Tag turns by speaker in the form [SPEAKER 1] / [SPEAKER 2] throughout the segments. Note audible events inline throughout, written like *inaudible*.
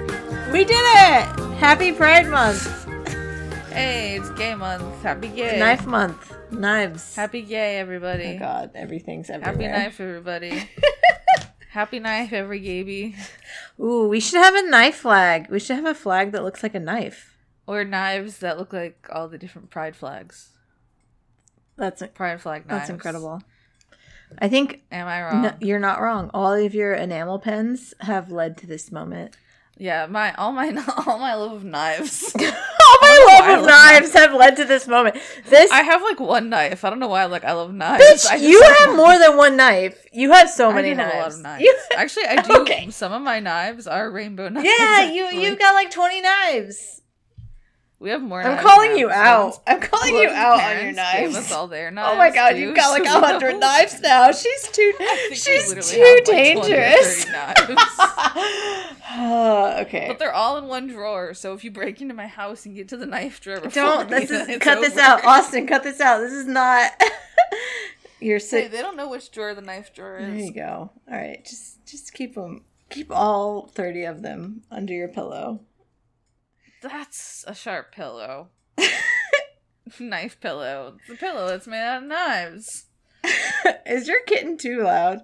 [SPEAKER 1] did it! Happy Pride Month,
[SPEAKER 2] Hey, it's gay month. Happy gay.
[SPEAKER 1] Knife Month, knives.
[SPEAKER 2] Happy gay, everybody.
[SPEAKER 1] Oh God, everything's
[SPEAKER 2] Happy
[SPEAKER 1] everywhere. *laughs*
[SPEAKER 2] knife, everybody. Happy knife, every gaby.
[SPEAKER 1] Ooh, we should have a knife flag. We should have a flag that looks like a knife.
[SPEAKER 2] Or knives that look like all the different pride flags.
[SPEAKER 1] That's
[SPEAKER 2] Pride flag knives.
[SPEAKER 1] that's incredible. I think
[SPEAKER 2] Am I wrong?
[SPEAKER 1] no, you're not wrong. All of your enamel pens have led to this
[SPEAKER 2] *laughs*
[SPEAKER 1] moment.
[SPEAKER 2] Yeah, my all my *laughs* all my love of knives.
[SPEAKER 1] *laughs* All my
[SPEAKER 2] I
[SPEAKER 1] love of
[SPEAKER 2] love
[SPEAKER 1] knives have led to this moment. This
[SPEAKER 2] I have like one knife. I don't know why. Like I love knives.
[SPEAKER 1] bitch,
[SPEAKER 2] I just
[SPEAKER 1] you
[SPEAKER 2] like-
[SPEAKER 1] have more than one knife. You have so
[SPEAKER 2] I
[SPEAKER 1] many
[SPEAKER 2] do have
[SPEAKER 1] knives.
[SPEAKER 2] a lot of
[SPEAKER 1] *laughs*
[SPEAKER 2] knives.
[SPEAKER 1] You-
[SPEAKER 2] Actually, I do.
[SPEAKER 1] Okay.
[SPEAKER 2] Some of my knives are rainbow knives. *laughs*
[SPEAKER 1] yeah, you
[SPEAKER 2] actually.
[SPEAKER 1] you've got like twenty knives.
[SPEAKER 2] We have more.
[SPEAKER 1] I'm
[SPEAKER 2] knives
[SPEAKER 1] calling
[SPEAKER 2] now.
[SPEAKER 1] you
[SPEAKER 2] So
[SPEAKER 1] out.
[SPEAKER 2] once-
[SPEAKER 1] I'm calling you
[SPEAKER 2] once
[SPEAKER 1] out on
[SPEAKER 2] parents
[SPEAKER 1] your
[SPEAKER 2] gave
[SPEAKER 1] knives.
[SPEAKER 2] us all their knives.
[SPEAKER 1] *laughs* Oh my god,
[SPEAKER 2] too, *laughs*
[SPEAKER 1] you've got like
[SPEAKER 2] so
[SPEAKER 1] a
[SPEAKER 2] we
[SPEAKER 1] hundred
[SPEAKER 2] don't-
[SPEAKER 1] knives now. She's too
[SPEAKER 2] *laughs* I think we
[SPEAKER 1] she's
[SPEAKER 2] literally
[SPEAKER 1] too
[SPEAKER 2] have, like, 20 or 30
[SPEAKER 1] dangerous. *laughs*
[SPEAKER 2] knives.
[SPEAKER 1] Ah, *laughs* okay.
[SPEAKER 2] But they're all in one drawer, so if you break into my house and get to the knife drawer, before
[SPEAKER 1] Don't
[SPEAKER 2] me, *laughs*
[SPEAKER 1] this
[SPEAKER 2] then
[SPEAKER 1] is
[SPEAKER 2] it's
[SPEAKER 1] cut this
[SPEAKER 2] over.
[SPEAKER 1] out. Austin, cut this out. This is not *laughs* your
[SPEAKER 2] Hey,
[SPEAKER 1] si-
[SPEAKER 2] they don't know which drawer the knife drawer
[SPEAKER 1] There you
[SPEAKER 2] is.
[SPEAKER 1] go. All right, just just keep them keep all 30 of them under your pillow. *laughs*
[SPEAKER 2] That's a sharp pillow. knife pillow. It's a pillow that's made out of knives. *laughs*
[SPEAKER 1] is your kitten too loud?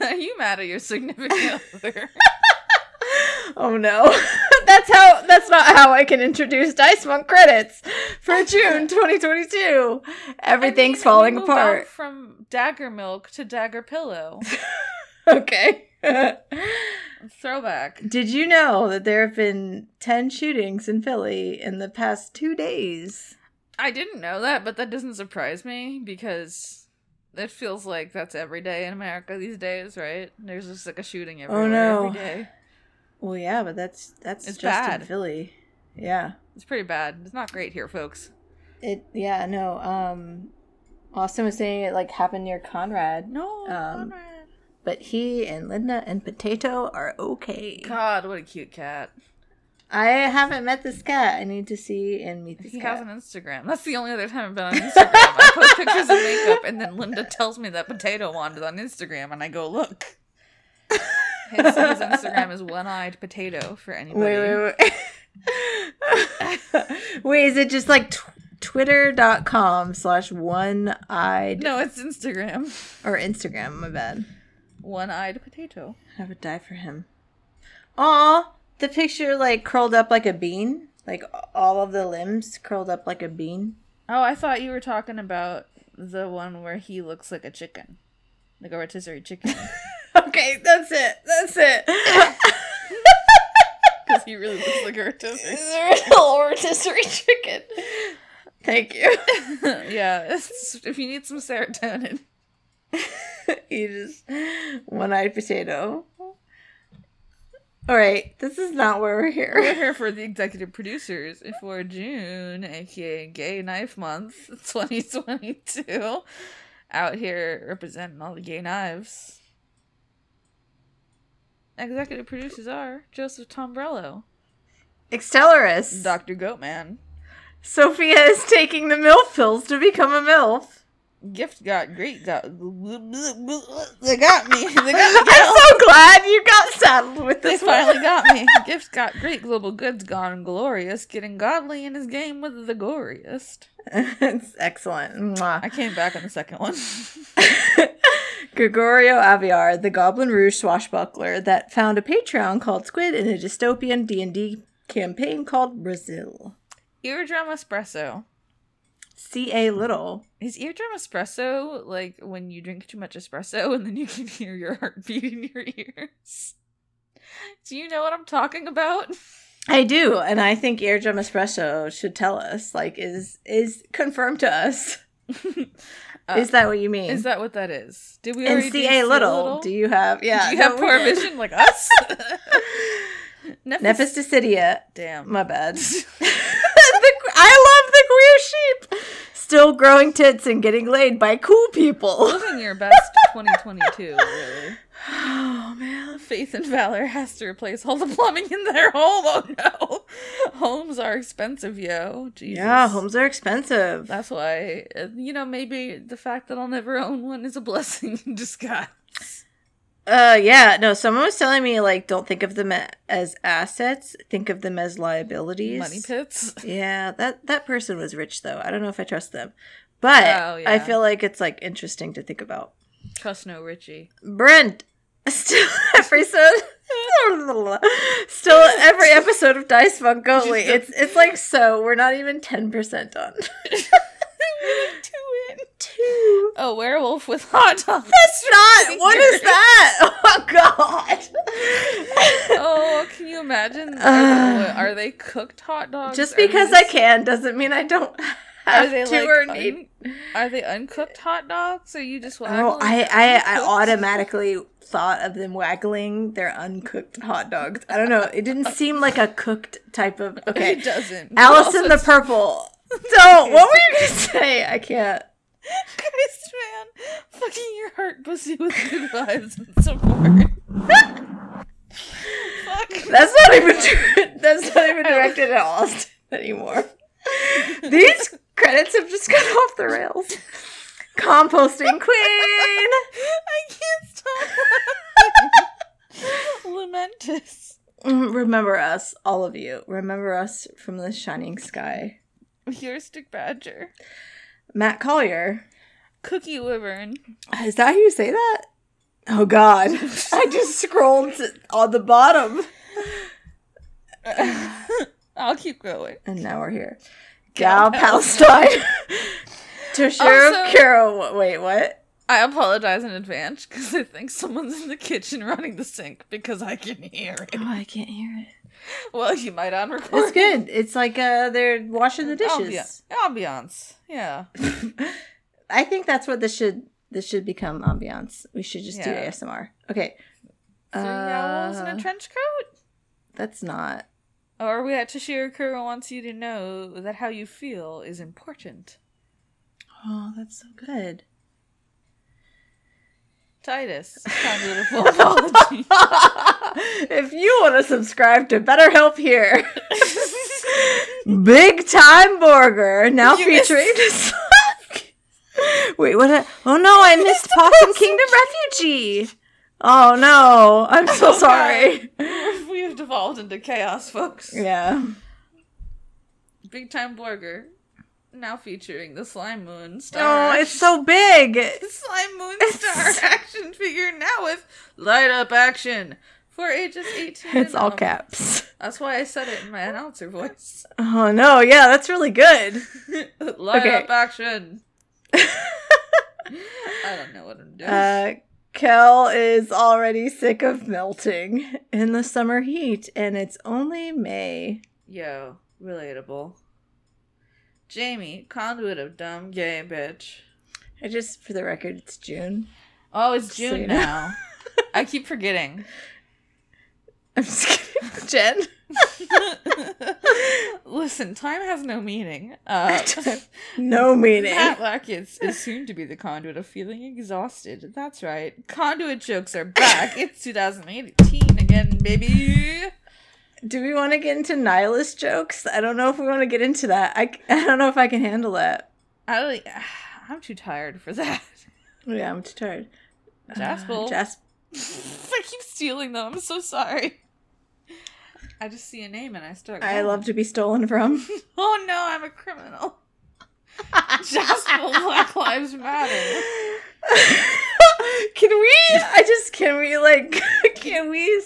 [SPEAKER 2] Are you mad at your significant
[SPEAKER 1] *laughs*
[SPEAKER 2] other?
[SPEAKER 1] Oh no. *laughs* that's how that's not how I can introduce Dice Monk credits for June 2022. Everything's
[SPEAKER 2] I mean,
[SPEAKER 1] falling
[SPEAKER 2] we moved
[SPEAKER 1] apart.
[SPEAKER 2] out from dagger milk to dagger pillow.
[SPEAKER 1] *laughs* Okay.
[SPEAKER 2] Throwback.
[SPEAKER 1] Did you know that there have been 10 shootings in Philly in the past 2 days?
[SPEAKER 2] I didn't know that, but that doesn't surprise me because it feels like that's every day in America these days, right? There's just like a shooting everywhere
[SPEAKER 1] Oh, no.
[SPEAKER 2] every day.
[SPEAKER 1] Well, yeah, but that's that's
[SPEAKER 2] It's
[SPEAKER 1] just in
[SPEAKER 2] bad.
[SPEAKER 1] Philly. Yeah.
[SPEAKER 2] It's pretty bad. It's not great here, folks.
[SPEAKER 1] It yeah, no. Um Austin was saying it like happened near Conrad,
[SPEAKER 2] No,
[SPEAKER 1] Um,
[SPEAKER 2] Conrad.
[SPEAKER 1] but he and Linda and Potato are okay.
[SPEAKER 2] God, what a cute cat.
[SPEAKER 1] I haven't met this cat. I need to see and meet this
[SPEAKER 2] He
[SPEAKER 1] cat.
[SPEAKER 2] has an Instagram. That's the only other time I've been on Instagram. I post pictures of makeup, and then Linda tells me that potato wand is on Instagram, and I go look. His, his Instagram is one-eyed potato for anybody.
[SPEAKER 1] Wait, wait, wait. *laughs* wait, is it just like tw- twitter.com slash one eyed
[SPEAKER 2] No, it's Instagram.
[SPEAKER 1] or Instagram? My bad.
[SPEAKER 2] One-eyed potato.
[SPEAKER 1] I would die for him. Aw, the picture like curled up like a bean, like all of the limbs curled up like a bean. *laughs*
[SPEAKER 2] Oh, I thought you were talking about the one where he looks like a chicken, like a rotisserie *laughs* chicken,
[SPEAKER 1] Okay, that's it. That's
[SPEAKER 2] *laughs*
[SPEAKER 1] it. *laughs*
[SPEAKER 2] because he really looks like a rotisserie. *laughs*
[SPEAKER 1] little rotisserie chicken. Thank you. *laughs*
[SPEAKER 2] yeah, it's, *laughs* if you need some serotonin,
[SPEAKER 1] *laughs* you just one eyed potato. All right, this is not where we're
[SPEAKER 2] We're *laughs*
[SPEAKER 1] here.
[SPEAKER 2] here for the executive producers for June, aka Gay Knife Month *laughs* 2022. Out here representing all the gay knives. Executive producers are Joseph Tombrello,
[SPEAKER 1] *laughs* Extellaris.
[SPEAKER 2] Dr. Goatman,
[SPEAKER 1] Sophia is taking the MILF pills to become a MILF. *laughs*
[SPEAKER 2] Gift Got Great Got. They got me. They got me.
[SPEAKER 1] I'm so glad you got saddled with
[SPEAKER 2] *laughs* They
[SPEAKER 1] this one. *laughs*
[SPEAKER 2] finally got me. Gift got great global goods gone glorious, getting godly in his game with the goriest.
[SPEAKER 1] it's excellent.
[SPEAKER 2] I
[SPEAKER 1] Mwah. *laughs*
[SPEAKER 2] came back on the second one. *laughs*
[SPEAKER 1] Gregorio Aviar, the Goblin Rouge swashbuckler that found a Patreon called Squid in a dystopian D&D campaign called Brazil.
[SPEAKER 2] Eardrum espresso.
[SPEAKER 1] C.A. Little.
[SPEAKER 2] Is eardrum espresso like when you drink too much espresso and then you *laughs* can hear your heartbeat in your ears? Do you know what I'm talking about? *laughs*
[SPEAKER 1] I do, and I think Eardrum Espresso should tell us. Like, is is confirmed to us?
[SPEAKER 2] Uh,
[SPEAKER 1] is that what you mean?
[SPEAKER 2] Is that what that is? Did we already
[SPEAKER 1] and
[SPEAKER 2] do
[SPEAKER 1] C A little, Do you have?
[SPEAKER 2] Do
[SPEAKER 1] Yeah.
[SPEAKER 2] you have
[SPEAKER 1] no,
[SPEAKER 2] poor
[SPEAKER 1] we-
[SPEAKER 2] vision *laughs* like us? Nephis-
[SPEAKER 1] Nephisticidia.
[SPEAKER 2] Damn.
[SPEAKER 1] My
[SPEAKER 2] *laughs*
[SPEAKER 1] bad. *laughs* the, I love the queer sheep. Still growing tits and getting laid by cool
[SPEAKER 2] *laughs*
[SPEAKER 1] people.
[SPEAKER 2] Living your best 2022, really.
[SPEAKER 1] Oh man.
[SPEAKER 2] Faith and Valor has to replace all the plumbing in their home. Oh no. Homes are expensive, yo. Jesus.
[SPEAKER 1] Yeah, homes are expensive.
[SPEAKER 2] That's why, uh, you know, maybe the fact that I'll never own one is a blessing in disguise.
[SPEAKER 1] Uh, yeah, no. Someone was telling me like, don't think of them a- as assets. Think of them as liabilities.
[SPEAKER 2] Money pits.
[SPEAKER 1] Yeah, that that person was rich though. I don't know if I trust them, but
[SPEAKER 2] Oh, yeah.
[SPEAKER 1] I feel like it's like interesting to think about.
[SPEAKER 2] Trust no Richie.
[SPEAKER 1] Brent, *laughs* still every episode, *laughs* still every episode of Dice
[SPEAKER 2] *laughs*
[SPEAKER 1] Funkoli. It's it's like so. We're not even ten percent done. *laughs*
[SPEAKER 2] Two in. A werewolf with hot dogs. *laughs*
[SPEAKER 1] That's not. What is that? *laughs* Oh God.
[SPEAKER 2] Oh, can you imagine? Are, are they cooked hot
[SPEAKER 1] *laughs*
[SPEAKER 2] dogs?
[SPEAKER 1] just
[SPEAKER 2] Are they
[SPEAKER 1] because I can doesn't mean I don't have
[SPEAKER 2] Are they
[SPEAKER 1] to
[SPEAKER 2] like
[SPEAKER 1] or
[SPEAKER 2] un-
[SPEAKER 1] need.
[SPEAKER 2] Are they uncooked hot dogs? Or you just
[SPEAKER 1] Oh,
[SPEAKER 2] waggle
[SPEAKER 1] I,
[SPEAKER 2] them? *laughs*
[SPEAKER 1] I, I
[SPEAKER 2] Uncooked?
[SPEAKER 1] automatically thought of them waggling their uncooked hot dogs. I don't know. It didn't seem like a cooked type of. Okay.
[SPEAKER 2] It doesn't. *laughs*
[SPEAKER 1] Alice
[SPEAKER 2] Also,
[SPEAKER 1] in the Purple. Don't. What were you going to say? I can't.
[SPEAKER 2] Christ, man, fucking your heart pussy with good vibes and support. *laughs*
[SPEAKER 1] *laughs*
[SPEAKER 2] Fuck.
[SPEAKER 1] That's not even *laughs* dir- that's not even directed at Austin anymore. These credits have just gone off the rails. Composting queen.
[SPEAKER 2] I can't stop. *laughs* Lamentous.
[SPEAKER 1] Mm, Remember us, all of you. Remember us from the shining sky.
[SPEAKER 2] Stick Badger.
[SPEAKER 1] Matt Collier.
[SPEAKER 2] Cookie Wyvern.
[SPEAKER 1] Is that how you say that? Oh God! *laughs* I just scrolled to, on the bottom,
[SPEAKER 2] I'll keep going.
[SPEAKER 1] and now we're here.
[SPEAKER 2] Gal
[SPEAKER 1] Gal Palestine. *laughs* Toshiro
[SPEAKER 2] Also-
[SPEAKER 1] Kuro. Wait, what?
[SPEAKER 2] I apologize in advance because I think someone's in the kitchen running the sink because I can hear it.
[SPEAKER 1] Oh, I can't hear it.
[SPEAKER 2] Well, you might on record.
[SPEAKER 1] It's good. It's like uh, they're washing the dishes.
[SPEAKER 2] Ambi- ambiance. Yeah.
[SPEAKER 1] *laughs* I think that's what this should this should become ambiance. We should just
[SPEAKER 2] Yeah.
[SPEAKER 1] do ASMR. Okay.
[SPEAKER 2] Three owls in
[SPEAKER 1] Uh,
[SPEAKER 2] a trench coat?
[SPEAKER 1] that's not.
[SPEAKER 2] Or are we at Toshiro Kuro wants you to know that how you feel is important.
[SPEAKER 1] Oh, that's so good.
[SPEAKER 2] Titus,
[SPEAKER 1] *laughs*
[SPEAKER 2] sound beautiful apology.
[SPEAKER 1] if you want to subscribe to BetterHelp
[SPEAKER 2] *laughs*
[SPEAKER 1] here, Big Time Burger now
[SPEAKER 2] You missed-
[SPEAKER 1] featuring. Wait, what? a- oh no, I missed Possum Kingdom Refugee. Oh no, I'm so
[SPEAKER 2] Oh, God.
[SPEAKER 1] sorry.
[SPEAKER 2] we have devolved into *laughs* chaos, folks.
[SPEAKER 1] Yeah.
[SPEAKER 2] Big Time Blogger, now featuring the Slime Moon
[SPEAKER 1] Oh,
[SPEAKER 2] Star.
[SPEAKER 1] it's so big.
[SPEAKER 2] the Slime Moon Star *laughs* action figure now with light up action for ages 18.
[SPEAKER 1] It's
[SPEAKER 2] and
[SPEAKER 1] all
[SPEAKER 2] up.
[SPEAKER 1] caps.
[SPEAKER 2] That's why I said it in my announcer voice.
[SPEAKER 1] Oh no, yeah, that's really good.
[SPEAKER 2] *laughs* light
[SPEAKER 1] Okay.
[SPEAKER 2] up action.
[SPEAKER 1] *laughs*
[SPEAKER 2] I don't know what I'm doing.
[SPEAKER 1] Uh Kel is already sick of melting in the summer heat, and it's only May.
[SPEAKER 2] Yo, relatable. Jamie, conduit of dumb gay bitch.
[SPEAKER 1] I just, for the record, it's June.
[SPEAKER 2] Oh, it's
[SPEAKER 1] Just so
[SPEAKER 2] June
[SPEAKER 1] you know.
[SPEAKER 2] now.
[SPEAKER 1] *laughs*
[SPEAKER 2] I keep forgetting.
[SPEAKER 1] I'm just kidding. *laughs* Jen?
[SPEAKER 2] Listen, time has no meaning.
[SPEAKER 1] *laughs*
[SPEAKER 2] Uh,
[SPEAKER 1] No meaning.
[SPEAKER 2] *laughs* Matt Lackett is soon to be the conduit of feeling exhausted. That's right. Conduit jokes are back. It's 2018 again, baby.
[SPEAKER 1] Do we want to get into nihilist jokes? I don't know if we want to get into that. I, *laughs* I don't know if I can handle that.
[SPEAKER 2] I don't, *sighs* I'm too tired for that.
[SPEAKER 1] Oh, Yeah, I'm too tired. Uh,
[SPEAKER 2] Jaspel.
[SPEAKER 1] Jas-
[SPEAKER 2] *laughs* I keep stealing them. I'm so sorry. I just see a name and I start.
[SPEAKER 1] I
[SPEAKER 2] going.
[SPEAKER 1] love to be stolen *laughs* from.
[SPEAKER 2] Oh no, I'm a criminal. *laughs* Jasper, Black Lives Matter.
[SPEAKER 1] can we i just can we like *laughs* can we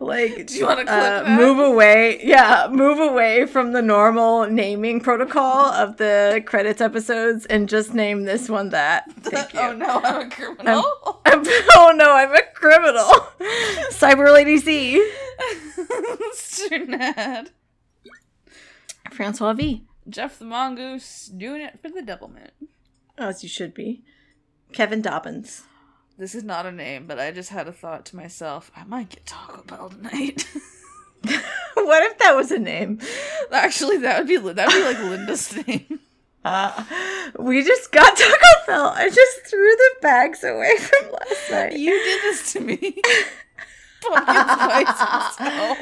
[SPEAKER 1] like
[SPEAKER 2] Do you wanna clip
[SPEAKER 1] uh,
[SPEAKER 2] that?
[SPEAKER 1] move away yeah move away from the normal naming protocol of the credits episodes and just name this one that thank you
[SPEAKER 2] *laughs* Oh no, I'm a criminal. *laughs*
[SPEAKER 1] *laughs* oh no i'm a criminal *laughs* cyber lady z
[SPEAKER 2] Sternad.
[SPEAKER 1] francois v
[SPEAKER 2] Jeff the Mongoose doing it for the Doublemint.
[SPEAKER 1] as you should be kevin dobbins
[SPEAKER 2] This is not a name, but I just had a thought to myself. I might get Taco Bell tonight.
[SPEAKER 1] *laughs*
[SPEAKER 2] *laughs*
[SPEAKER 1] what if that was a name
[SPEAKER 2] Actually, that would be that would be like Linda's name.
[SPEAKER 1] Uh, we just got Taco Bell. I just threw the bags away from last night.
[SPEAKER 2] *laughs* You did this to me. *laughs* Pumpkin spice *laughs* myself.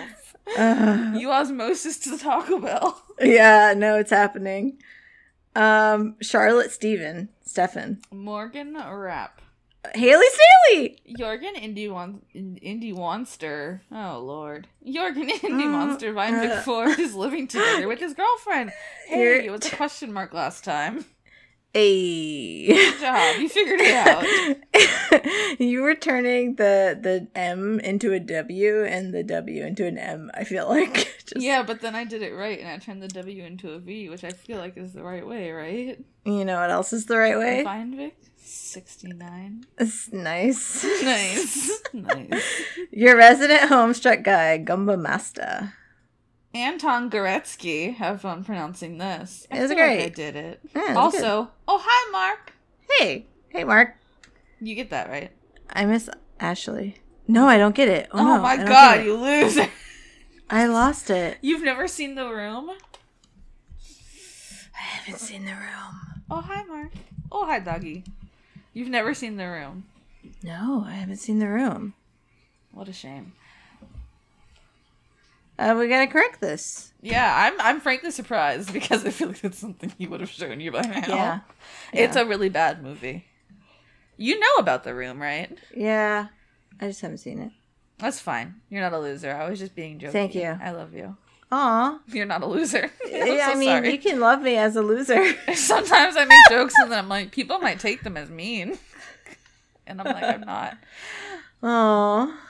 [SPEAKER 1] Uh,
[SPEAKER 2] You osmosis to the Taco Bell.
[SPEAKER 1] yeah, no, it's happening. Um, Charlotte Steven, Stefan.
[SPEAKER 2] Morgan Rap.
[SPEAKER 1] Haley Staley.
[SPEAKER 2] Jorgen Indie Won- Indie Monster. Oh lord. Jorgen Indie
[SPEAKER 1] Mm.
[SPEAKER 2] Monster Vine
[SPEAKER 1] Ugh.
[SPEAKER 2] McFord is living together with his *laughs* girlfriend.
[SPEAKER 1] Here-
[SPEAKER 2] Hey, it was a question mark last time. *laughs*
[SPEAKER 1] *laughs* Hey.
[SPEAKER 2] Good job. You figured it *laughs*
[SPEAKER 1] *laughs*
[SPEAKER 2] out.
[SPEAKER 1] you were turning the the M into a W and the W into an M. I feel like *laughs* Just-
[SPEAKER 2] Yeah, but then I did it right and I turned the W into a V, which I feel like is the right way, right?
[SPEAKER 1] You know what else is the right way?
[SPEAKER 2] Feinvic? 69.
[SPEAKER 1] It's nice.
[SPEAKER 2] Nice. *laughs* nice.
[SPEAKER 1] *laughs* Your resident homestruck guy, Gumba Master.
[SPEAKER 2] Anton Goretzky. Have fun pronouncing this. I
[SPEAKER 1] It was
[SPEAKER 2] feel like
[SPEAKER 1] great.
[SPEAKER 2] I did it.
[SPEAKER 1] Yeah, it was
[SPEAKER 2] also, oh, hi, Mark.
[SPEAKER 1] good. hey, hey, Mark.
[SPEAKER 2] You get that right.
[SPEAKER 1] I miss Ashley. No, I don't get it. Oh,
[SPEAKER 2] Oh,
[SPEAKER 1] no, I
[SPEAKER 2] my
[SPEAKER 1] don't
[SPEAKER 2] god,
[SPEAKER 1] get it.
[SPEAKER 2] you
[SPEAKER 1] *laughs*
[SPEAKER 2] loser.
[SPEAKER 1] I lost it.
[SPEAKER 2] You've never seen The Room?
[SPEAKER 1] I haven't seen the room.
[SPEAKER 2] Oh, hi, Mark. Oh, hi, doggy. You've never seen The Room.
[SPEAKER 1] No, I haven't seen the room.
[SPEAKER 2] What a shame.
[SPEAKER 1] Uh, we gotta correct this.
[SPEAKER 2] Yeah, I'm I'm frankly surprised because I feel like that's something he would have shown you by now.
[SPEAKER 1] Yeah.
[SPEAKER 2] It's a really bad movie. You know about The Room, right?
[SPEAKER 1] Yeah, I just haven't seen it.
[SPEAKER 2] That's fine. You're not a loser. I was just being joking.
[SPEAKER 1] Thank you.
[SPEAKER 2] I love you.
[SPEAKER 1] Aw.
[SPEAKER 2] You're not a loser. *laughs* I'm
[SPEAKER 1] yeah,
[SPEAKER 2] so
[SPEAKER 1] I mean,
[SPEAKER 2] sorry.
[SPEAKER 1] you can love me as a loser. *laughs*
[SPEAKER 2] *laughs* Sometimes I make jokes and then I'm like, people might take them as mean. *laughs* And I'm like, I'm not.
[SPEAKER 1] Aw.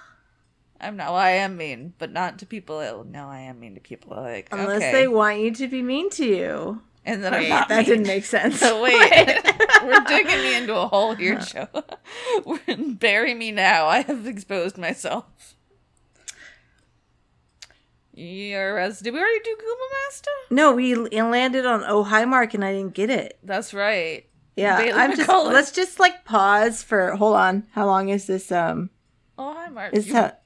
[SPEAKER 2] I'm not. Well, I am mean, but not to people. that- No, I am mean to people. Like,
[SPEAKER 1] Unless
[SPEAKER 2] okay.
[SPEAKER 1] they want you to be mean to you.
[SPEAKER 2] And then I'm
[SPEAKER 1] Wait,
[SPEAKER 2] not.
[SPEAKER 1] that
[SPEAKER 2] mean.
[SPEAKER 1] didn't make sense. *laughs*
[SPEAKER 2] *laughs* So wait, we're digging me into a hole here, Joe. We're- *laughs* Bury me now. I have exposed myself. Your res- Did we already do Goomba Master?
[SPEAKER 1] No, we l- landed on Oh Hi Mark and I didn't get it.
[SPEAKER 2] That's right.
[SPEAKER 1] Yeah,
[SPEAKER 2] Bailey
[SPEAKER 1] I'm just.
[SPEAKER 2] McCullough.
[SPEAKER 1] Let's just like pause for. Hold on. How long is this? Um,
[SPEAKER 2] Oh hi, Mark.
[SPEAKER 1] is
[SPEAKER 2] You-
[SPEAKER 1] that?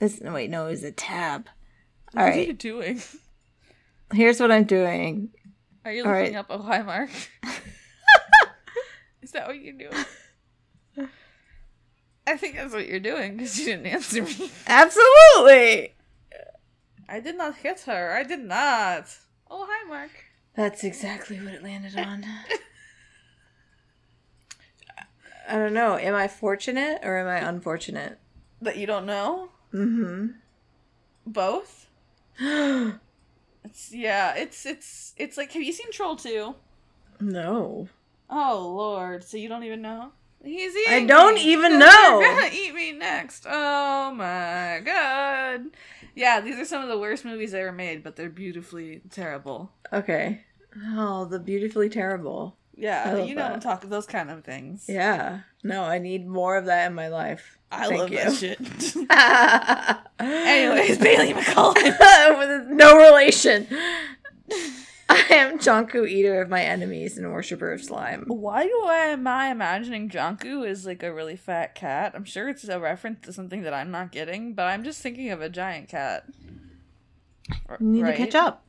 [SPEAKER 1] This wait, no, is a tab. All
[SPEAKER 2] What are you
[SPEAKER 1] right,
[SPEAKER 2] doing?
[SPEAKER 1] here's what I'm doing.
[SPEAKER 2] Are you
[SPEAKER 1] All
[SPEAKER 2] looking
[SPEAKER 1] right.
[SPEAKER 2] up Oh hi, *laughs* Mark? Is that what you're doing? I think that's what you're doing because you didn't answer me.
[SPEAKER 1] Absolutely.
[SPEAKER 2] I did not hit her. I did not. Oh hi, Mark.
[SPEAKER 1] That's exactly what it landed
[SPEAKER 2] *laughs*
[SPEAKER 1] on. I don't know. Am I fortunate or am I unfortunate?
[SPEAKER 2] That you don't know.
[SPEAKER 1] Mm-hmm. *gasps*
[SPEAKER 2] Both. It's yeah, it's it's it's like have you seen Troll 2?
[SPEAKER 1] no.
[SPEAKER 2] Oh lord, so you don't even know? He's eating
[SPEAKER 1] I don't
[SPEAKER 2] me.
[SPEAKER 1] even
[SPEAKER 2] They're
[SPEAKER 1] know.
[SPEAKER 2] gonna *laughs* eat me next. Oh my god. Yeah, these are some of the worst movies ever made, but they're beautifully terrible.
[SPEAKER 1] Okay. Oh, the beautifully terrible.
[SPEAKER 2] Yeah,
[SPEAKER 1] I love
[SPEAKER 2] you know
[SPEAKER 1] that.
[SPEAKER 2] what I'm talking those kind of things.
[SPEAKER 1] Yeah. No, I need more of that in my life.
[SPEAKER 2] I
[SPEAKER 1] Thank
[SPEAKER 2] love
[SPEAKER 1] you.
[SPEAKER 2] that shit. *laughs*
[SPEAKER 1] *laughs* Anyways, *laughs*
[SPEAKER 2] Anyways, Bailey McCollum.
[SPEAKER 1] with no relation. I am Jonku, eater of my enemies and worshiper of slime.
[SPEAKER 2] Why do I am I imagining Janku is like a really fat cat? I'm sure it's a reference to something that I'm not getting, but I'm just thinking of a giant cat. R-
[SPEAKER 1] You need
[SPEAKER 2] right?
[SPEAKER 1] to catch up.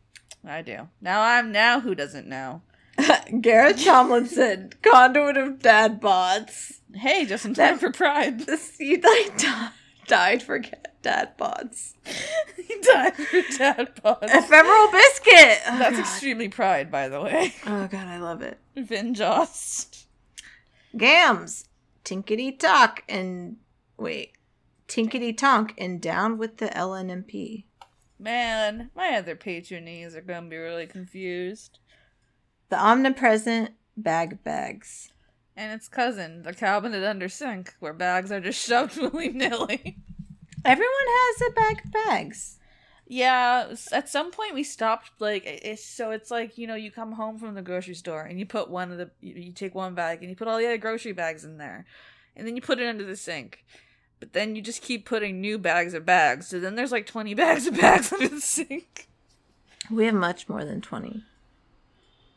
[SPEAKER 1] *laughs*
[SPEAKER 2] I do. Now I'm now who doesn't know.
[SPEAKER 1] Garrett Tomlinson, conduit of dad bots.
[SPEAKER 2] Hey, just in time for Pride. *laughs*
[SPEAKER 1] This you *laughs* like di- died for ga- dad bots.
[SPEAKER 2] he died for dad bod.
[SPEAKER 1] Ephemeral biscuit. Oh,
[SPEAKER 2] That's
[SPEAKER 1] God.
[SPEAKER 2] extremely Pride, by the way. *laughs*
[SPEAKER 1] oh god, I love it.
[SPEAKER 2] Vin Jost.
[SPEAKER 1] Gams, tinkety tock, and wait, tinkety tonk, and down with the LNMP.
[SPEAKER 2] Man, my other patronies are gonna be really confused.
[SPEAKER 1] The omnipresent bag bags.
[SPEAKER 2] And its cousin, the cabinet under sink, where bags are just *laughs* shoved willy nilly.
[SPEAKER 1] Everyone has a bag of bags.
[SPEAKER 2] Yeah, s- at some point we stopped like it- it's so it's like you know you come home from the grocery store and you put one of the you, you take one bag and you put all the other grocery bags in there, and then you put it under the sink, but then you just keep putting new bags of bags. So then there's like twenty *laughs* bags of bags under the sink.
[SPEAKER 1] We have much more than twenty.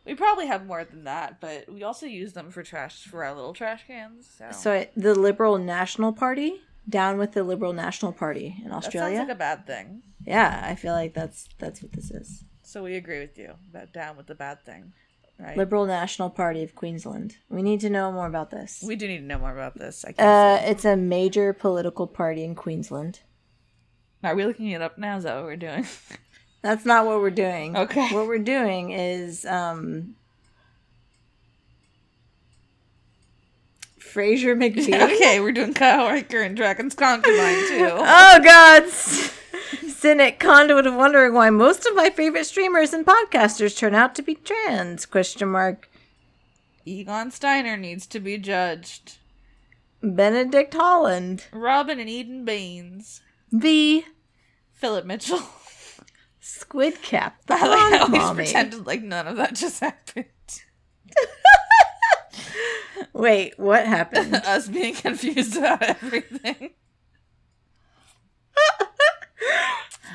[SPEAKER 2] We probably have more than that, but we also use them for trash for our little trash cans. So,
[SPEAKER 1] So I- the Liberal National Party, down with the Liberal National Party in
[SPEAKER 2] that
[SPEAKER 1] Australia.
[SPEAKER 2] sounds like a bad thing.
[SPEAKER 1] Yeah, I feel like that's that's what this is.
[SPEAKER 2] So we agree with you about down with the bad thing, right?
[SPEAKER 1] Liberal National Party of Queensland. We need to know more about this.
[SPEAKER 2] we do need to know more about this. I
[SPEAKER 1] Uh,
[SPEAKER 2] can't
[SPEAKER 1] it's a major political party in Queensland.
[SPEAKER 2] Are we looking it up now? Is that what
[SPEAKER 1] *laughs*
[SPEAKER 2] we're doing?
[SPEAKER 1] That's not what we're doing.
[SPEAKER 2] Okay.
[SPEAKER 1] What we're doing is um Fraser McBee.
[SPEAKER 2] okay, we're doing Kyle Riker and Dragon's Concubine
[SPEAKER 1] *laughs*
[SPEAKER 2] too.
[SPEAKER 1] Oh God! S- Cynic conduit of wondering why most of my favorite streamers and podcasters turn out to be trans? Question mark.
[SPEAKER 2] Egon Steiner needs to be judged.
[SPEAKER 1] Benedict Holland.
[SPEAKER 2] Robin and Eden Baines.
[SPEAKER 1] The
[SPEAKER 2] Philip Mitchell. *laughs*
[SPEAKER 1] Squid Cap. The
[SPEAKER 2] I like how
[SPEAKER 1] blonde
[SPEAKER 2] he's
[SPEAKER 1] mommy.
[SPEAKER 2] pretended like none of that just *laughs* happened.
[SPEAKER 1] Wait, what
[SPEAKER 2] *laughs*
[SPEAKER 1] happened?
[SPEAKER 2] Us being confused
[SPEAKER 1] *laughs*
[SPEAKER 2] about everything.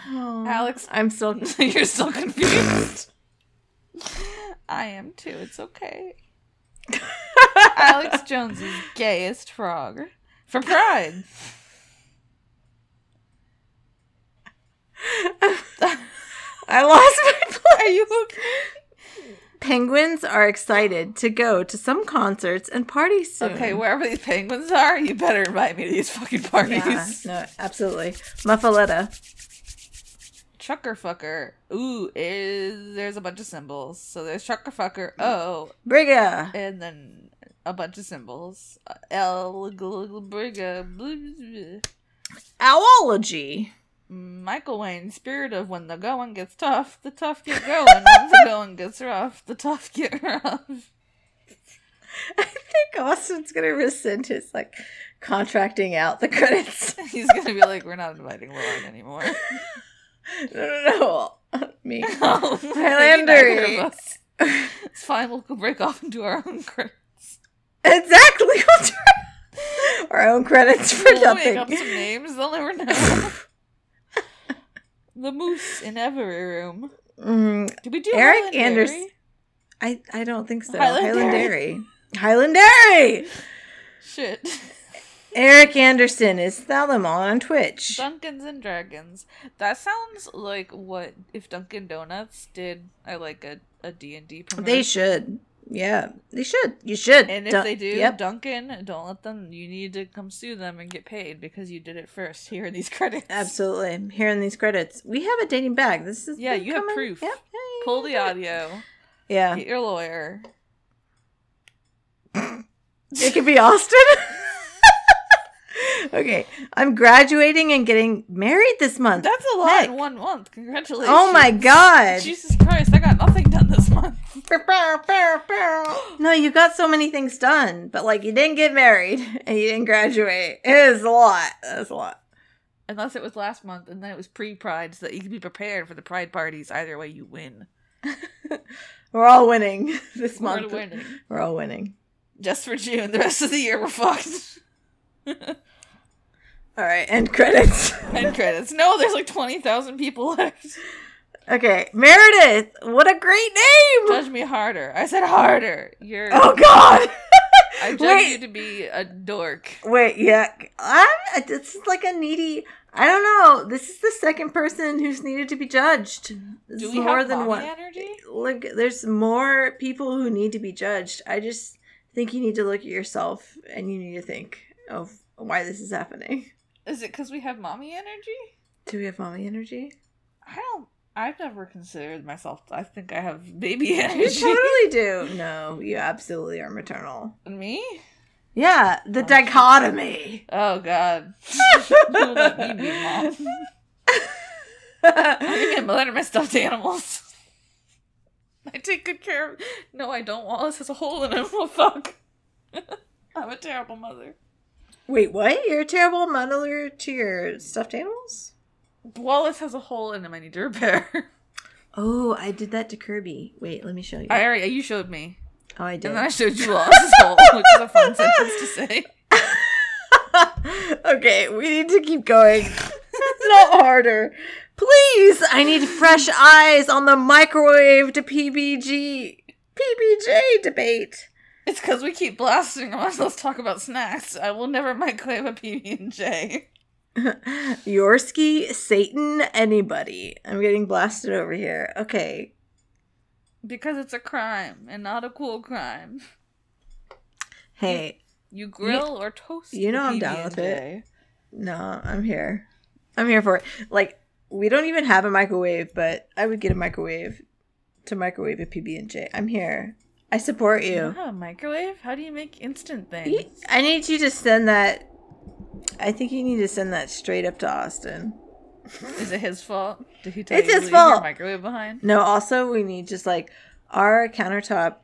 [SPEAKER 1] Oh,
[SPEAKER 2] Alex- *laughs*
[SPEAKER 1] I'm still. *laughs*
[SPEAKER 2] You're still confused. I am too. It's okay. Alex Jones's gayest frog for Pride.
[SPEAKER 1] I lost
[SPEAKER 2] *laughs*
[SPEAKER 1] my place.
[SPEAKER 2] Are you okay?
[SPEAKER 1] Penguins are excited to go to some concerts and parties soon.
[SPEAKER 2] Okay, wherever these penguins are, you better invite me to these fucking parties.
[SPEAKER 1] Yeah, no, absolutely. Muffaletta.
[SPEAKER 2] Trucker fucker. Ooh, is there's a bunch of symbols. So there's trucker fucker. Oh,
[SPEAKER 1] Briga.
[SPEAKER 2] and then a bunch of symbols. Uh, El Briga. blah, blah, blah.
[SPEAKER 1] Owology. *laughs*
[SPEAKER 2] Michael Wayne, spirit of when the going gets tough, the tough get going. when the going gets rough, the tough get rough.
[SPEAKER 1] I think Austin's gonna rescind his like contracting out the credits. *laughs*
[SPEAKER 2] *laughs* He's gonna be like, we're not inviting Lauren anymore. *laughs*
[SPEAKER 1] No, no, *laughs* no. Me. *laughs*
[SPEAKER 2] Oh, maybe neither of
[SPEAKER 1] Highlander.
[SPEAKER 2] us. *laughs* It's fine. We'll break off and do our own credits.
[SPEAKER 1] Exactly. *laughs* We'll try Our own credits *laughs* for
[SPEAKER 2] We'll make up some
[SPEAKER 1] nothing.
[SPEAKER 2] names. They'll never
[SPEAKER 1] *laughs*
[SPEAKER 2] know. the moose in every room.
[SPEAKER 1] Mm,
[SPEAKER 2] Did we do
[SPEAKER 1] Eric
[SPEAKER 2] Highland
[SPEAKER 1] Anders-
[SPEAKER 2] Dairy?
[SPEAKER 1] I I don't think so.
[SPEAKER 2] Highland
[SPEAKER 1] Highland
[SPEAKER 2] Dairy.
[SPEAKER 1] Dairy. Highland Dairy.
[SPEAKER 2] Shit. *laughs*
[SPEAKER 1] Eric Anderson is Thalamon on Twitch.
[SPEAKER 2] Dunkins and Dragons. That sounds like what if Dunkin' Donuts did I like a a D and D promotion.
[SPEAKER 1] They should. Yeah, they should. You should.
[SPEAKER 2] And if
[SPEAKER 1] Dun-
[SPEAKER 2] they do,
[SPEAKER 1] yep.
[SPEAKER 2] Duncan, don't let them. You need to come sue them and get paid because you did it first. Here are these *laughs* credits.
[SPEAKER 1] Absolutely. Here in these credits, we have it dating back. This is
[SPEAKER 2] Yeah, you have proof.
[SPEAKER 1] Yep.
[SPEAKER 2] Pull the audio.
[SPEAKER 1] Yeah,
[SPEAKER 2] Get your lawyer.
[SPEAKER 1] it could be Austin. *laughs* okay, I'm graduating and getting married this month.
[SPEAKER 2] That's a lot in
[SPEAKER 1] Heck.
[SPEAKER 2] one month. Congratulations.
[SPEAKER 1] oh my god!
[SPEAKER 2] *laughs* Jesus Christ, I got nothing done this month.
[SPEAKER 1] *gasps* No, you got so many things done, but like you didn't get married *laughs* and you didn't graduate. It is a lot. That's a lot.
[SPEAKER 2] Unless it was last month and then it was pre Pride, so that you can be prepared for the Pride parties. Either way, you win.
[SPEAKER 1] We're all winning *laughs* this
[SPEAKER 2] We're
[SPEAKER 1] month.
[SPEAKER 2] winning.
[SPEAKER 1] We're all winning.
[SPEAKER 2] Just for June. The rest of the year, we're fucked.
[SPEAKER 1] All right, end credits. *laughs*
[SPEAKER 2] *laughs* End credits. No, there's like 20,000 people left.
[SPEAKER 1] Okay, Meredith, what a great name!
[SPEAKER 2] Judge me harder. I said harder. You're.
[SPEAKER 1] Oh God!
[SPEAKER 2] I judge you
[SPEAKER 1] wait.
[SPEAKER 2] to be a dork.
[SPEAKER 1] Wait, yeah, I'm. This is like a needy. I don't know. This is the second person who's needed to be judged. This
[SPEAKER 2] Do
[SPEAKER 1] is
[SPEAKER 2] we
[SPEAKER 1] more
[SPEAKER 2] have
[SPEAKER 1] than
[SPEAKER 2] mommy
[SPEAKER 1] one?
[SPEAKER 2] energy?
[SPEAKER 1] Look, there's more people who need to be judged. I just think you need to look at yourself and you need to think of why this is happening.
[SPEAKER 2] Is it because we have mommy energy?
[SPEAKER 1] Do we have mommy
[SPEAKER 2] *laughs*
[SPEAKER 1] energy?
[SPEAKER 2] I don't. I've never considered myself. I think I have baby
[SPEAKER 1] You
[SPEAKER 2] energy.
[SPEAKER 1] totally do. No, you absolutely are maternal.
[SPEAKER 2] Me?
[SPEAKER 1] Yeah, the dichotomy.
[SPEAKER 2] *laughs* Oh God. Don't let me be mom. *laughs* I'm gonna be a mother to my stuffed animals. *laughs* I take good care of. No, I don't. Wallace has a hole in him. *laughs* Well, fuck. I'm a terrible mother.
[SPEAKER 1] *laughs* Wait, what? You're a terrible mother to your stuffed animals?
[SPEAKER 2] Wallace has a hole in him. I need to repair. *laughs*
[SPEAKER 1] Oh, I did that to Kirby. Wait, let me show you.
[SPEAKER 2] I already. You showed me,
[SPEAKER 1] oh, I did.
[SPEAKER 2] and then I showed you Wallace's hole, *laughs* which is a fun sentence to say.
[SPEAKER 1] *laughs* okay, we need to keep going. *laughs* It's not harder. Please, I need
[SPEAKER 2] *laughs*
[SPEAKER 1] fresh eyes on the microwave to PBG. PBJ debate.
[SPEAKER 2] It's because we keep blasting them. *laughs* Let's talk about snacks. I will never microwave a PB and J.
[SPEAKER 1] Yorsky, Satan, anybody. I'm getting blasted over here. Okay.
[SPEAKER 2] Because it's a crime and not a cool crime.
[SPEAKER 1] Hey,
[SPEAKER 2] You grill or toast.
[SPEAKER 1] you know
[SPEAKER 2] a
[SPEAKER 1] I'm down with
[SPEAKER 2] PB&J.
[SPEAKER 1] no, I'm here. I'm here for it. Like, we don't even have a microwave, but I would get a microwave to microwave a PB and J. I'm here. I I support
[SPEAKER 2] You
[SPEAKER 1] you.
[SPEAKER 2] don't have a microwave? How do you make instant
[SPEAKER 1] You-
[SPEAKER 2] things?
[SPEAKER 1] I need you to send that. I think you need to send that straight up to Austin.
[SPEAKER 2] Is it his fault? Did he tell
[SPEAKER 1] It's his
[SPEAKER 2] you to leave your
[SPEAKER 1] fault.
[SPEAKER 2] microwave behind?
[SPEAKER 1] No, also we need just like our countertop.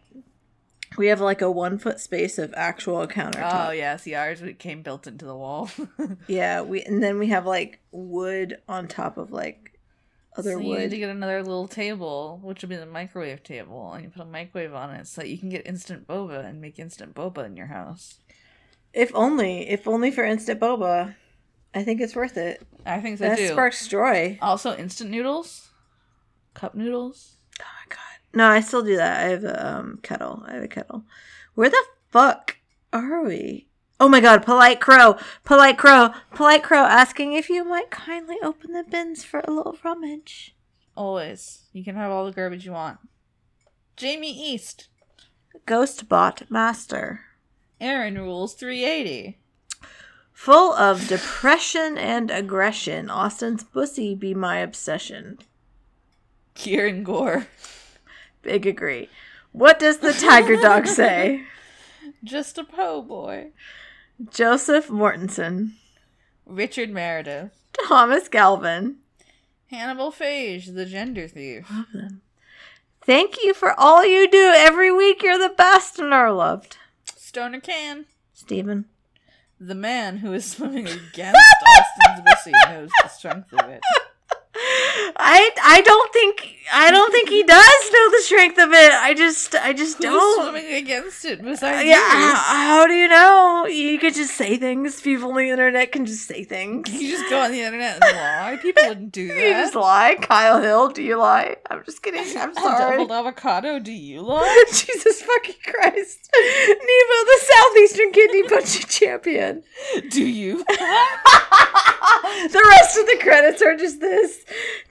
[SPEAKER 1] We have like a one foot space of actual countertop.
[SPEAKER 2] Oh yeah, see ours it came built into the wall. *laughs* Oh.
[SPEAKER 1] Yeah, we and then we have like wood on top of like other
[SPEAKER 2] so you need
[SPEAKER 1] wood.
[SPEAKER 2] to get another little table, which would be the microwave table, and you put a microwave on it so that you can get instant boba and make instant boba in your house.
[SPEAKER 1] if only, if only for instant boba. I think it's worth it.
[SPEAKER 2] I think so
[SPEAKER 1] That
[SPEAKER 2] too.
[SPEAKER 1] sparks joy.
[SPEAKER 2] Also, instant noodles, cup noodles.
[SPEAKER 1] Oh my god. No, I still do that. I have a um, kettle. I have a kettle. Where the fuck are we? Oh my god, polite crow, polite crow, polite crow asking if you might kindly open the bins for a little rummage.
[SPEAKER 2] Always, you can have all the garbage you want. Jamie East,
[SPEAKER 1] Ghostbot master.
[SPEAKER 2] Aaron rules three eighty.
[SPEAKER 1] Full of depression and aggression, Austin's pussy be my obsession.
[SPEAKER 2] Kieran Gore, *laughs*
[SPEAKER 1] Big agree. What does the tiger dog say?
[SPEAKER 2] just a po boy.
[SPEAKER 1] Joseph Mortensen,
[SPEAKER 2] Richard Meredith,
[SPEAKER 1] Thomas Galvin.
[SPEAKER 2] Hannibal Phage, the gender thief. *gasps*
[SPEAKER 1] Thank you for all you do every week. You're the best and are loved.
[SPEAKER 2] Stoner Can,
[SPEAKER 1] Stephen.
[SPEAKER 2] the man who is swimming
[SPEAKER 1] *laughs*
[SPEAKER 2] against Austin's pussy, knows the strength of it.
[SPEAKER 1] I I don't think I don't think he does know the strength of it. I just I just
[SPEAKER 2] Who's
[SPEAKER 1] don't.
[SPEAKER 2] swimming against it
[SPEAKER 1] Yeah,
[SPEAKER 2] besides
[SPEAKER 1] how, how do you know? You could just say things. People on the internet can just say
[SPEAKER 2] you?
[SPEAKER 1] things.
[SPEAKER 2] You just go on the internet and lie. People wouldn't do that.
[SPEAKER 1] *laughs* You just lie, Kyle Hill. Do you lie? I'm just
[SPEAKER 2] *laughs*
[SPEAKER 1] kidding. I'm
[SPEAKER 2] A
[SPEAKER 1] sorry.
[SPEAKER 2] Doubled
[SPEAKER 1] *laughs*
[SPEAKER 2] avocado, do you lie?
[SPEAKER 1] Jesus fucking Christ. Nevo, the Southeastern
[SPEAKER 2] *laughs*
[SPEAKER 1] Kidney Punching Champion. *laughs*
[SPEAKER 2] Do you?
[SPEAKER 1] the rest of the credits are just this.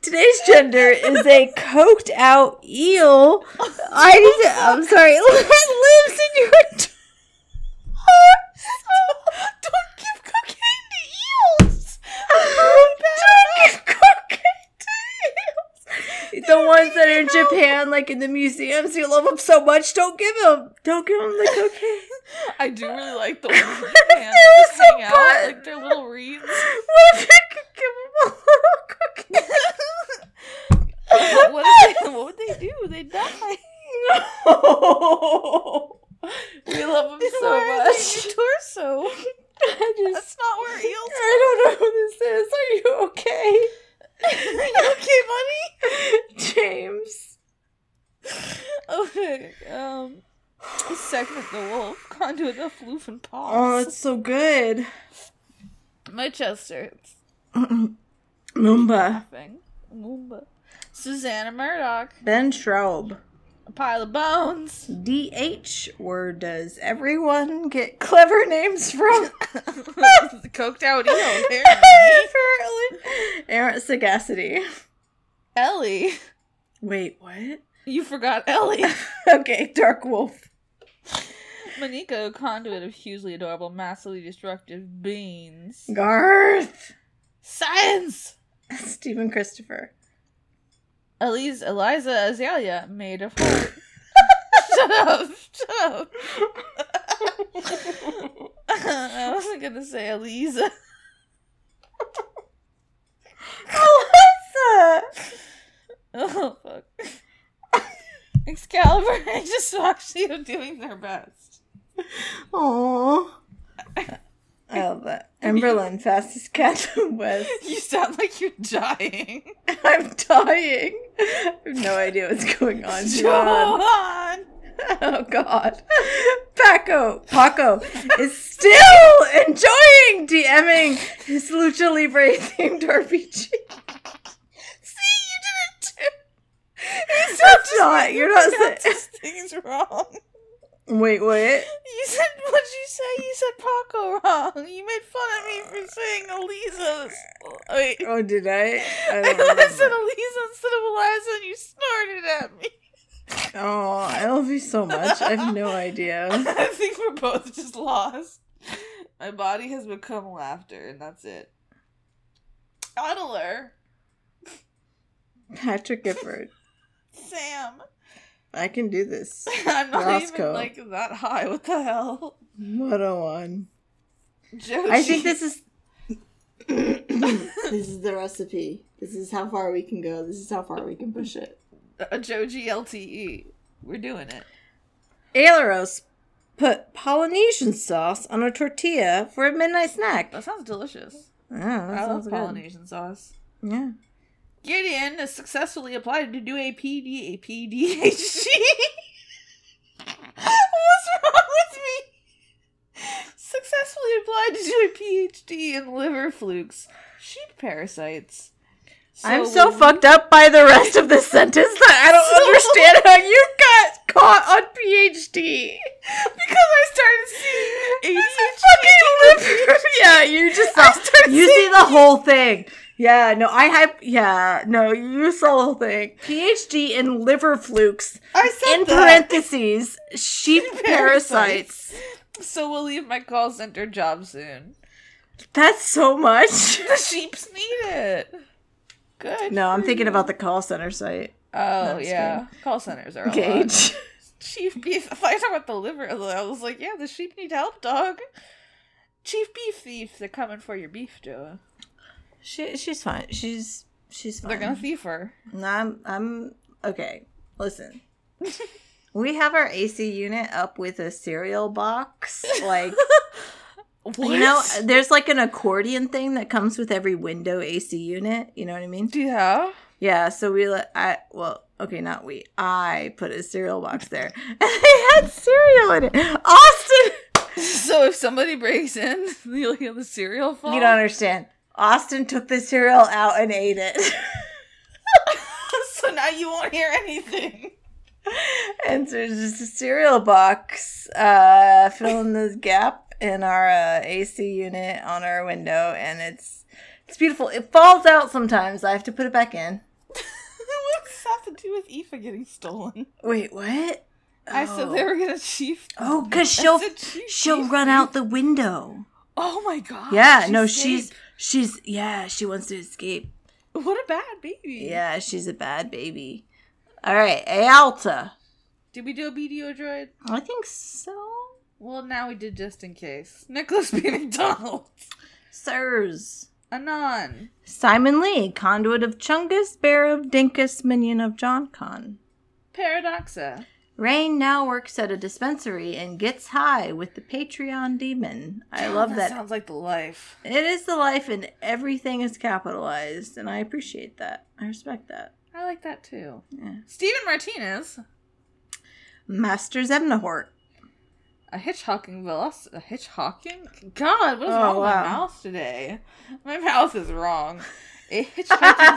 [SPEAKER 1] Today's gender is a coked out eel. I need to. I'm sorry. *laughs* That lives in your. *laughs* T-
[SPEAKER 2] Don't give cocaine to eels.
[SPEAKER 1] Don't give cocaine to eels. The ones that are in Japan, like in the museums, you love them so much. Don't give them. Don't give
[SPEAKER 2] *laughs*
[SPEAKER 1] them the cocaine.
[SPEAKER 2] I do
[SPEAKER 1] *laughs*
[SPEAKER 2] really like the ones that can
[SPEAKER 1] They were
[SPEAKER 2] just
[SPEAKER 1] so
[SPEAKER 2] hang
[SPEAKER 1] good.
[SPEAKER 2] out like their little reeds.
[SPEAKER 1] What if I could give him a little
[SPEAKER 2] what, if they, *laughs* what would they do? They die.
[SPEAKER 1] cookie?
[SPEAKER 2] We love them
[SPEAKER 1] so much.
[SPEAKER 2] torso.
[SPEAKER 1] *laughs* I just,
[SPEAKER 2] That's not where eels.
[SPEAKER 1] *laughs* I don't know who this is. Are you okay?
[SPEAKER 2] you
[SPEAKER 1] *laughs*
[SPEAKER 2] okay,
[SPEAKER 1] James.
[SPEAKER 2] buddy? Okay. Um, segment the wolf, *laughs* conduit of floof and
[SPEAKER 1] Oh,
[SPEAKER 2] paws.
[SPEAKER 1] it's so good.
[SPEAKER 2] My chest hurts.
[SPEAKER 1] Mumba.
[SPEAKER 2] Nothing. Moomba. Susanna Murdoch,
[SPEAKER 1] Ben Schraub.
[SPEAKER 2] a pile of bones.
[SPEAKER 1] *laughs*
[SPEAKER 2] *laughs*
[SPEAKER 1] DH, where does everyone get clever names from? *laughs*
[SPEAKER 2] Coked out eel. apparently.
[SPEAKER 1] Apparently. Errant Sagacity.
[SPEAKER 2] Ellie,
[SPEAKER 1] Wait, what?
[SPEAKER 2] you forgot Ellie.
[SPEAKER 1] Okay, Dark Wolf.
[SPEAKER 2] Monico, conduit of hugely adorable, massively destructive beans.
[SPEAKER 1] Garth.
[SPEAKER 2] Science.
[SPEAKER 1] Stephen *laughs* Christopher.
[SPEAKER 2] Elise Eliza Azalea, made of
[SPEAKER 1] *laughs*
[SPEAKER 2] heart. shut up! Shut up! I wasn't gonna say Eliza.
[SPEAKER 1] Eliza!
[SPEAKER 2] Oh fuck! Excalibur and just Actually, doing their best.
[SPEAKER 1] Aww. I love that. Emberlyn, fastest cat in the West.
[SPEAKER 2] You sound like you're dying.
[SPEAKER 1] I'm dying. I have no idea what's going
[SPEAKER 2] *laughs*
[SPEAKER 1] on. Oh, John.
[SPEAKER 2] John.
[SPEAKER 1] Oh god. Paco Paco is still enjoying DMing his Lucha Libre themed RPG. See, you did it too. That's not. You're not saying.
[SPEAKER 2] Pronounce this thing's wrong.
[SPEAKER 1] Wait, what?
[SPEAKER 2] You said what'd you say? You said Paco wrong. You made fun of me for saying Eliza. Wait.
[SPEAKER 1] Oh, did I?
[SPEAKER 2] *laughs*
[SPEAKER 1] I
[SPEAKER 2] I
[SPEAKER 1] don't
[SPEAKER 2] thought I said
[SPEAKER 1] remember.
[SPEAKER 2] Eliza instead of Eliza, and you snorted
[SPEAKER 1] *laughs*
[SPEAKER 2] at me. *laughs*
[SPEAKER 1] Oh, I love you so much. I have no idea.
[SPEAKER 2] I think we're both just lost. My body has become laughter, and that's it. Adler,
[SPEAKER 1] Patrick Gifford.
[SPEAKER 2] Sam, *laughs*
[SPEAKER 1] I can do this.
[SPEAKER 2] I'm not
[SPEAKER 1] Roscoe.
[SPEAKER 2] even like that high. What the hell?
[SPEAKER 1] What a one. *laughs*
[SPEAKER 2] Joji.
[SPEAKER 1] I think this is this is the recipe. This is how far we can go. This is how far we can push it.
[SPEAKER 2] a *laughs* Joji LTE. We're doing it.
[SPEAKER 1] Aileros put Polynesian sauce on a tortilla for a midnight snack.
[SPEAKER 2] That sounds delicious.
[SPEAKER 1] Oh, that
[SPEAKER 2] I love
[SPEAKER 1] sounds good.
[SPEAKER 2] Polynesian sauce.
[SPEAKER 1] Yeah.
[SPEAKER 2] Gideon is successfully applied to do a PD, a PDHG. What's wrong with me? Successfully applied to do a PhD in liver flukes, sheep parasites.
[SPEAKER 1] I'm
[SPEAKER 2] *laughs*
[SPEAKER 1] so fucked up by the rest of this *laughs* sentence that I *laughs* don't understand how you got caught on PhD.
[SPEAKER 2] because I started
[SPEAKER 1] *laughs*
[SPEAKER 2] seeing
[SPEAKER 1] Fucking live- yeah, you just saw. You see the whole thing. Yeah, no, I have. Yeah, no, you saw the whole thing. PhD in liver flukes.
[SPEAKER 2] I said
[SPEAKER 1] In
[SPEAKER 2] that.
[SPEAKER 1] parentheses, *laughs* sheep parasites.
[SPEAKER 2] So we'll leave my call center job soon.
[SPEAKER 1] That's so *laughs* much.
[SPEAKER 2] The sheeps need it. Good.
[SPEAKER 1] No, I'm
[SPEAKER 2] for
[SPEAKER 1] thinking
[SPEAKER 2] you.
[SPEAKER 1] about the call center site.
[SPEAKER 2] Oh
[SPEAKER 1] it's
[SPEAKER 2] yeah, call centers
[SPEAKER 1] Oh,
[SPEAKER 2] are a lot.
[SPEAKER 1] Gage.
[SPEAKER 2] Chief Beef. *laughs* I thought you were talking about the liver. I was like, yeah, the sheep need help, dog. Chief Beef Thief, they're coming for your beef, Joe.
[SPEAKER 1] She, she's fine. She's she's fine.
[SPEAKER 2] They're gonna thief her.
[SPEAKER 1] No, I'm I'm okay. *laughs* Listen. we have our AC unit up with a cereal box. *laughs* Like you
[SPEAKER 2] *laughs*
[SPEAKER 1] know, uh, there's like an accordion thing that comes with every window AC unit. You know what I mean?
[SPEAKER 2] Yeah.
[SPEAKER 1] Yeah. So we let I well okay not we I put a cereal box there *laughs* and they had cereal in it. Austin,
[SPEAKER 2] *laughs* So if somebody breaks in, *laughs* you'll hear the cereal fall.
[SPEAKER 1] you don't understand. Austin took the cereal out and ate it.
[SPEAKER 2] *laughs*
[SPEAKER 1] *laughs*
[SPEAKER 2] so now you won't hear anything. *laughs*
[SPEAKER 1] and so it's just a cereal box uh, filling this gap in our uh, AC unit on our window, and it's it's beautiful. It falls out sometimes. I have to put it back in.
[SPEAKER 2] what does that have to do with Aoife getting stolen?
[SPEAKER 1] Wait, what?
[SPEAKER 2] I said they were gonna chief.
[SPEAKER 1] Oh, cause
[SPEAKER 2] I
[SPEAKER 1] she'll
[SPEAKER 2] said chief
[SPEAKER 1] she'll
[SPEAKER 2] beef
[SPEAKER 1] run
[SPEAKER 2] thief.
[SPEAKER 1] out the window.
[SPEAKER 2] Oh my god.
[SPEAKER 1] Yeah, no,
[SPEAKER 2] safe.
[SPEAKER 1] she's she's yeah, she wants to escape.
[SPEAKER 2] what a bad baby.
[SPEAKER 1] Yeah, she's a bad baby. All right, Alta.
[SPEAKER 2] Did we do a BDO droid?
[SPEAKER 1] I think so.
[SPEAKER 2] Well, now we did just in case. *laughs* Nicholas B. McDonald.
[SPEAKER 1] Sirs.
[SPEAKER 2] Anon.
[SPEAKER 1] Simon Lee, conduit of Chungus, bear of Dinkus, minion of John Con.
[SPEAKER 2] Paradoxa.
[SPEAKER 1] Rain now works at a dispensary and gets high with the Patreon demon. I love that.
[SPEAKER 2] Sounds like the life.
[SPEAKER 1] It is the life and everything is capitalized, and I appreciate that. I respect that.
[SPEAKER 2] I like that too.
[SPEAKER 1] Yeah.
[SPEAKER 2] Steven Martinez.
[SPEAKER 1] Master
[SPEAKER 2] *laughs*
[SPEAKER 1] Zemnahort.
[SPEAKER 2] A hitchhiking velocity. A hitchhiking? God, what is
[SPEAKER 1] Oh,
[SPEAKER 2] wrong with my
[SPEAKER 1] wow.
[SPEAKER 2] mouth today? My mouth is wrong.
[SPEAKER 1] *laughs*
[SPEAKER 2] A hitchhiking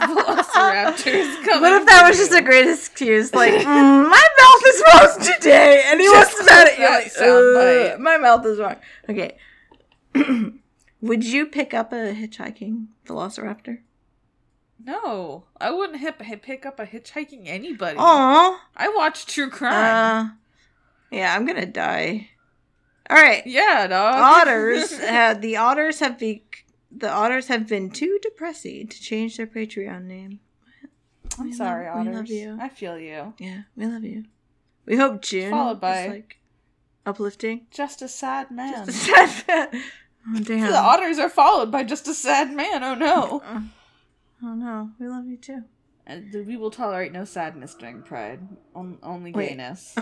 [SPEAKER 2] velociraptor is coming.
[SPEAKER 1] What if that
[SPEAKER 2] for
[SPEAKER 1] was just
[SPEAKER 2] you.
[SPEAKER 1] a great excuse?
[SPEAKER 2] *laughs*
[SPEAKER 1] Like, "Mm, my mouth is wrong today, and he
[SPEAKER 2] Just
[SPEAKER 1] was mad at you.
[SPEAKER 2] that
[SPEAKER 1] Like,
[SPEAKER 2] soundbite.
[SPEAKER 1] "Ugh, my mouth is wrong. Okay. *clears throat* Would you pick up a hitchhiking velociraptor?
[SPEAKER 2] No, I wouldn't hip, hip, pick up a hitchhiking anybody.
[SPEAKER 1] Aw.
[SPEAKER 2] I watch true crime.
[SPEAKER 1] Oh. Uh, yeah, I'm gonna die. All right.
[SPEAKER 2] *laughs* yeah, dog.
[SPEAKER 1] Otters had the otters have be the otters have been too depressy to change their Patreon name.
[SPEAKER 2] *laughs* I'm
[SPEAKER 1] We love-
[SPEAKER 2] sorry,
[SPEAKER 1] we
[SPEAKER 2] otters.
[SPEAKER 1] love you.
[SPEAKER 2] I feel you.
[SPEAKER 1] Yeah, we love you. We hope June
[SPEAKER 2] Followed by-
[SPEAKER 1] is like uplifting.
[SPEAKER 2] Just a sad *laughs* man.
[SPEAKER 1] Just a sad man. *laughs* Oh damn.
[SPEAKER 2] The otters are followed by just a sad man. Oh no.
[SPEAKER 1] Oh no, we love you too.
[SPEAKER 2] And Uh, th- we will tolerate no sadness during Pride. On- only
[SPEAKER 1] Wait.
[SPEAKER 2] *laughs* gayness.